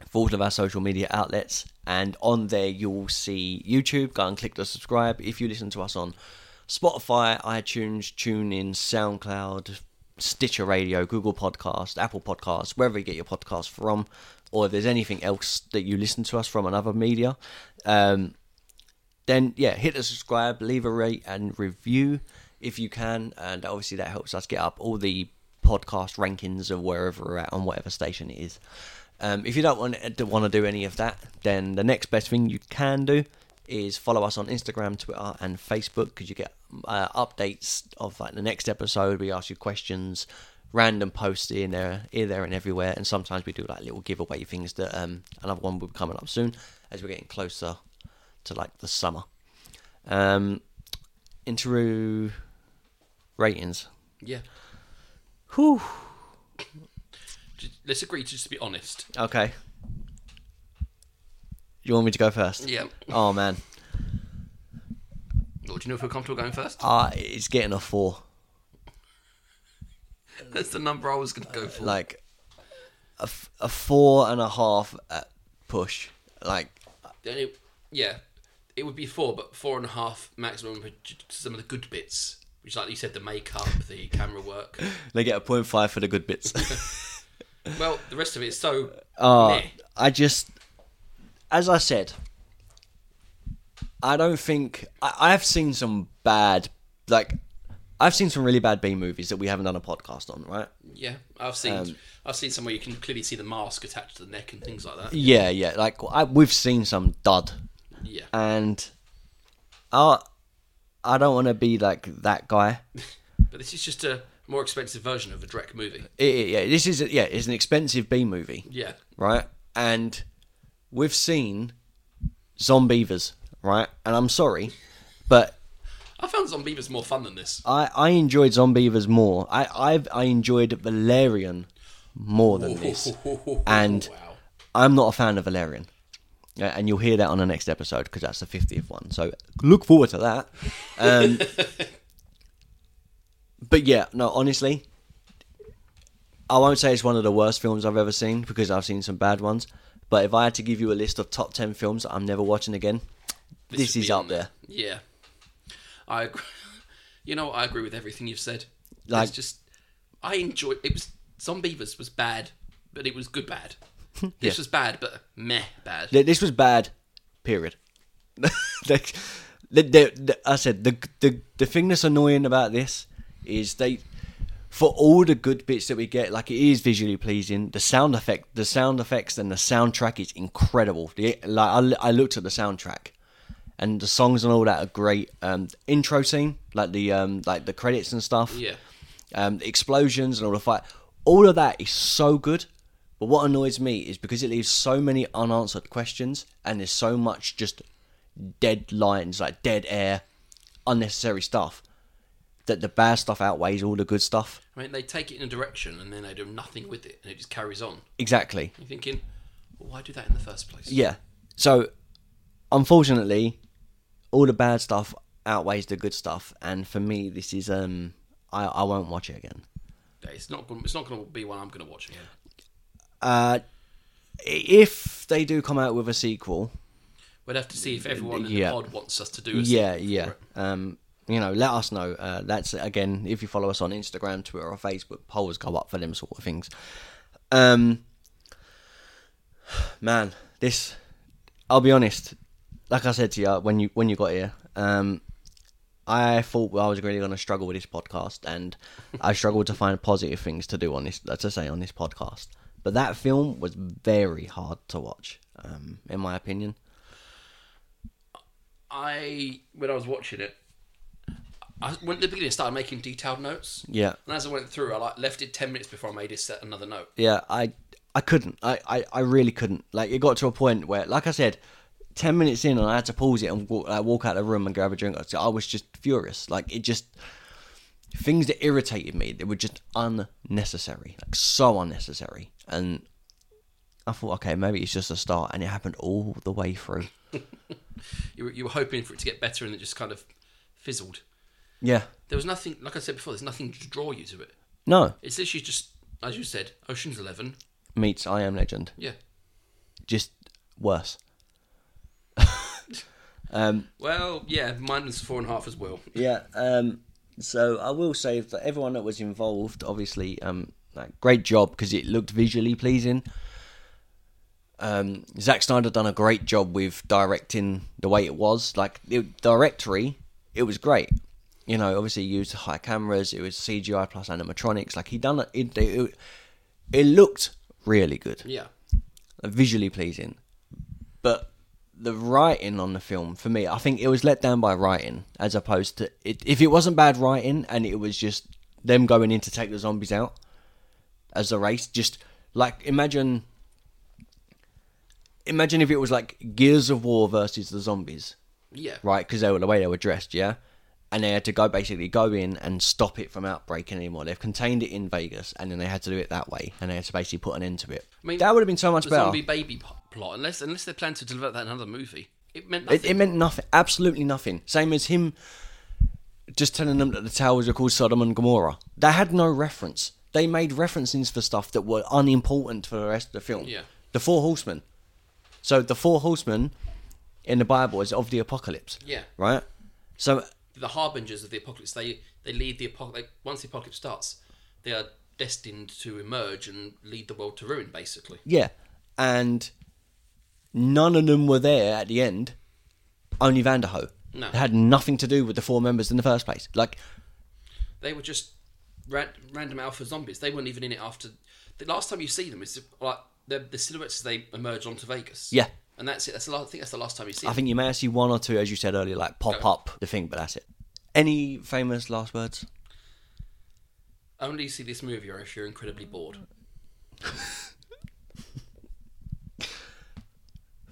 A: for all of our social media outlets. And on there, you'll see YouTube. Go and click the subscribe. If you listen to us on Spotify, iTunes, TuneIn, SoundCloud, Stitcher Radio, Google Podcast, Apple Podcasts, wherever you get your podcast from, or if there's anything else that you listen to us from another media, um, then yeah, hit the subscribe, leave a rate and review if you can, and obviously that helps us get up all the podcast rankings of wherever we're at on whatever station it is. Um, if you don't want to want to do any of that, then the next best thing you can do is follow us on Instagram, Twitter, and Facebook because you get uh, updates of like the next episode. We ask you questions, random posts in there, here, there, and everywhere, and sometimes we do like little giveaway things. That um, another one will be coming up soon as we're getting closer to like the summer. Um, intro ratings.
B: Yeah.
A: Whew.
B: Just- let's agree to just be honest.
A: Okay. You want me to go first?
B: Yeah.
A: Oh man,
B: Or do you not feel comfortable going first?
A: uh, it's getting a four.
B: *laughs* That's the number I was going to go for.
A: Like a, f- a four and a half at push. Like
B: The only- yeah, it would be four, but four and a half maximum for j- some of the good bits, which, like you said, the makeup, the camera work.
A: they get a point five for the good bits. *laughs*
B: Well, the rest of it is so.
A: uh,
B: meh.
A: I just, as I said, I don't think I, I've seen some bad. Like I've seen some really bad B movies that we haven't done a podcast on. Right.
B: Yeah, I've seen I've seen somewhere you can clearly see the mask attached to the neck and things like that.
A: Yeah, yeah. Like I, we've seen some dud,
B: Yeah,
A: uh, and I, I don't want to be like that guy. *laughs*
B: but this is just a more expensive version of a Drek movie.
A: It- it- yeah, this is a, yeah, it's an expensive B movie,
B: Yeah,
A: right? And we've seen zombievers, right? And I'm sorry, but
B: I found Zombievers more fun than this.
A: I I enjoyed zombievers more. I I've, I enjoyed Valerian more than
B: *laughs*
A: this, and
B: Oh, wow.
A: I'm not a fan of Valerian. Uh, And you'll hear that on the next episode because that's the 50th one. So look forward to that.
B: *laughs*
A: Um, but yeah, no, honestly, I won't say it's one of the worst films I've ever seen because I've seen some bad ones. But if I had to give you a list of top 10 films that I'm never watching again, this,
B: would
A: is
B: be
A: up
B: on
A: there.
B: Yeah, I. Agree. *laughs* You know, I agree with everything you've said.
A: Like-
B: it's just I enjoy it. Was Zombievers was bad, but it was
A: *laughs*
B: good bad. This was bad, but meh bad.
A: Th- This was bad, period. *laughs* Like, the- the- the- I said the, the the thing that's annoying about this is they, for all the good bits that we get, like it is visually pleasing. The sound effect, the sound effects, and the soundtrack is incredible. The, like I, l- I looked at the soundtrack, and the songs and all that are great. Um, intro scene, like the um, like the credits and stuff
B: Yeah,
A: um, the explosions and all the fight. All of that is so good. But what annoys me is because it leaves so many unanswered questions and there's so much just dead lines, like dead air, unnecessary stuff, that the bad stuff outweighs all the good stuff.
B: I mean, they take it in a direction and then they do nothing with it, and it just carries on.
A: Exactly.
B: You're thinking, well, why do that in the first place?
A: Yeah. So, unfortunately, all the bad stuff outweighs the good stuff. And for me, this is, um, I, I won't watch it again.
B: It's not. gon- It's not going to be one I'm going to watch again.
A: Uh, if they do come out with a sequel,
B: We'd have to see if everyone in
A: Mm, Yeah.
B: the pod wants us to do. A
A: yeah
B: sequel for
A: yeah
B: it.
A: um you know let us know uh, that's again if you follow us on instagram twitter or facebook polls go up for them sort of things um man this i'll be honest like i said to you uh, when you when you got here um I thought I was really going to struggle with this podcast, and I struggled to find positive things to do on this, to say on this podcast. But that film was very hard to watch, um, in my opinion.
B: I when I was watching it, I when at the beginning I started making detailed notes.
A: Yeah.
B: And as I went through, I like left it ten minutes before I made a set another note.
A: yeah i i couldn't I, I i really couldn't like it got to a point where like i said 10 minutes in and i had to pause it and walk, like, walk out of the room and grab a drink so i was just furious like it just things that irritated me they were just unnecessary like so unnecessary and i thought okay maybe it's just a start and it happened all the way through
B: You were, you were hoping for it to get better, and it just kind of fizzled.
A: yeah
B: There was nothing, like I said before, there's nothing to draw you to it.
A: no
B: It's literally just, as you said, Ocean's Eleven.
A: meets i am legend
B: Yeah.
A: just worse
B: Well, yeah, mine was four and a half as well.
A: yeah. Um, so I will say that everyone that was involved, obviously, um, like, great job because it looked visually pleasing. Um, Zack Snyder done a great job with directing the way it was. Like the directory, it was great. You know, obviously he used high cameras. It was CGI plus animatronics. Like he done it. It, it, it looked really good
B: Yeah.
A: visually pleasing, but the writing on the film for me, I think it was let down by writing as opposed to it, if it wasn't bad writing and it was just them going in to take the zombies out as a race. Just like imagine, imagine if it was like Gears of War versus the zombies
B: Yeah.
A: right? Because they were the way they were dressed, yeah. And they had to go basically go in and stop it from outbreaking anymore. They've contained it in Vegas, and then they had to do it that way, and they had to basically put an end to it.
B: I mean,
A: that would have been so much
B: The
A: better.
B: zombie baby p- plot, unless unless they plan to develop that in another movie, it meant nothing.
A: It, it meant nothing, absolutely nothing. Same as him just telling them that the towers are called Sodom and Gomorrah. They had no reference. They made references for stuff that were unimportant for the rest of the film.
B: Yeah.
A: The Four Horsemen. So the Four Horsemen in the Bible is of the apocalypse.
B: Yeah.
A: Right? So
B: the harbingers of the apocalypse. They they lead the apocalypse. Once the apocalypse starts, they are destined to emerge and lead the world to ruin, basically.
A: Yeah. And none of them were there at the end. Only Vanderho.
B: No.
A: They had nothing to do with the four members in the first place. Like,
B: They were just ran, random alpha zombies. They weren't even in it after. The last time you see them is like the, the silhouettes as they emerge onto Vegas.
A: Yeah.
B: and that's it. That's the last, I think that's the last time you see.
A: I
B: them.
A: think you may see one or two, as you said earlier, like pop
B: No.
A: up the thing, but that's it. Any famous last words?
B: Only see this movie or if you're incredibly bored.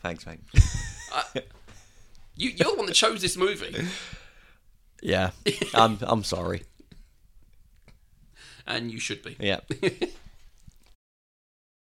A: Thanks, mate.
B: You you're the one that chose this movie,
A: *laughs* yeah. I'm, I'm sorry.
B: and you should be.
A: Yeah.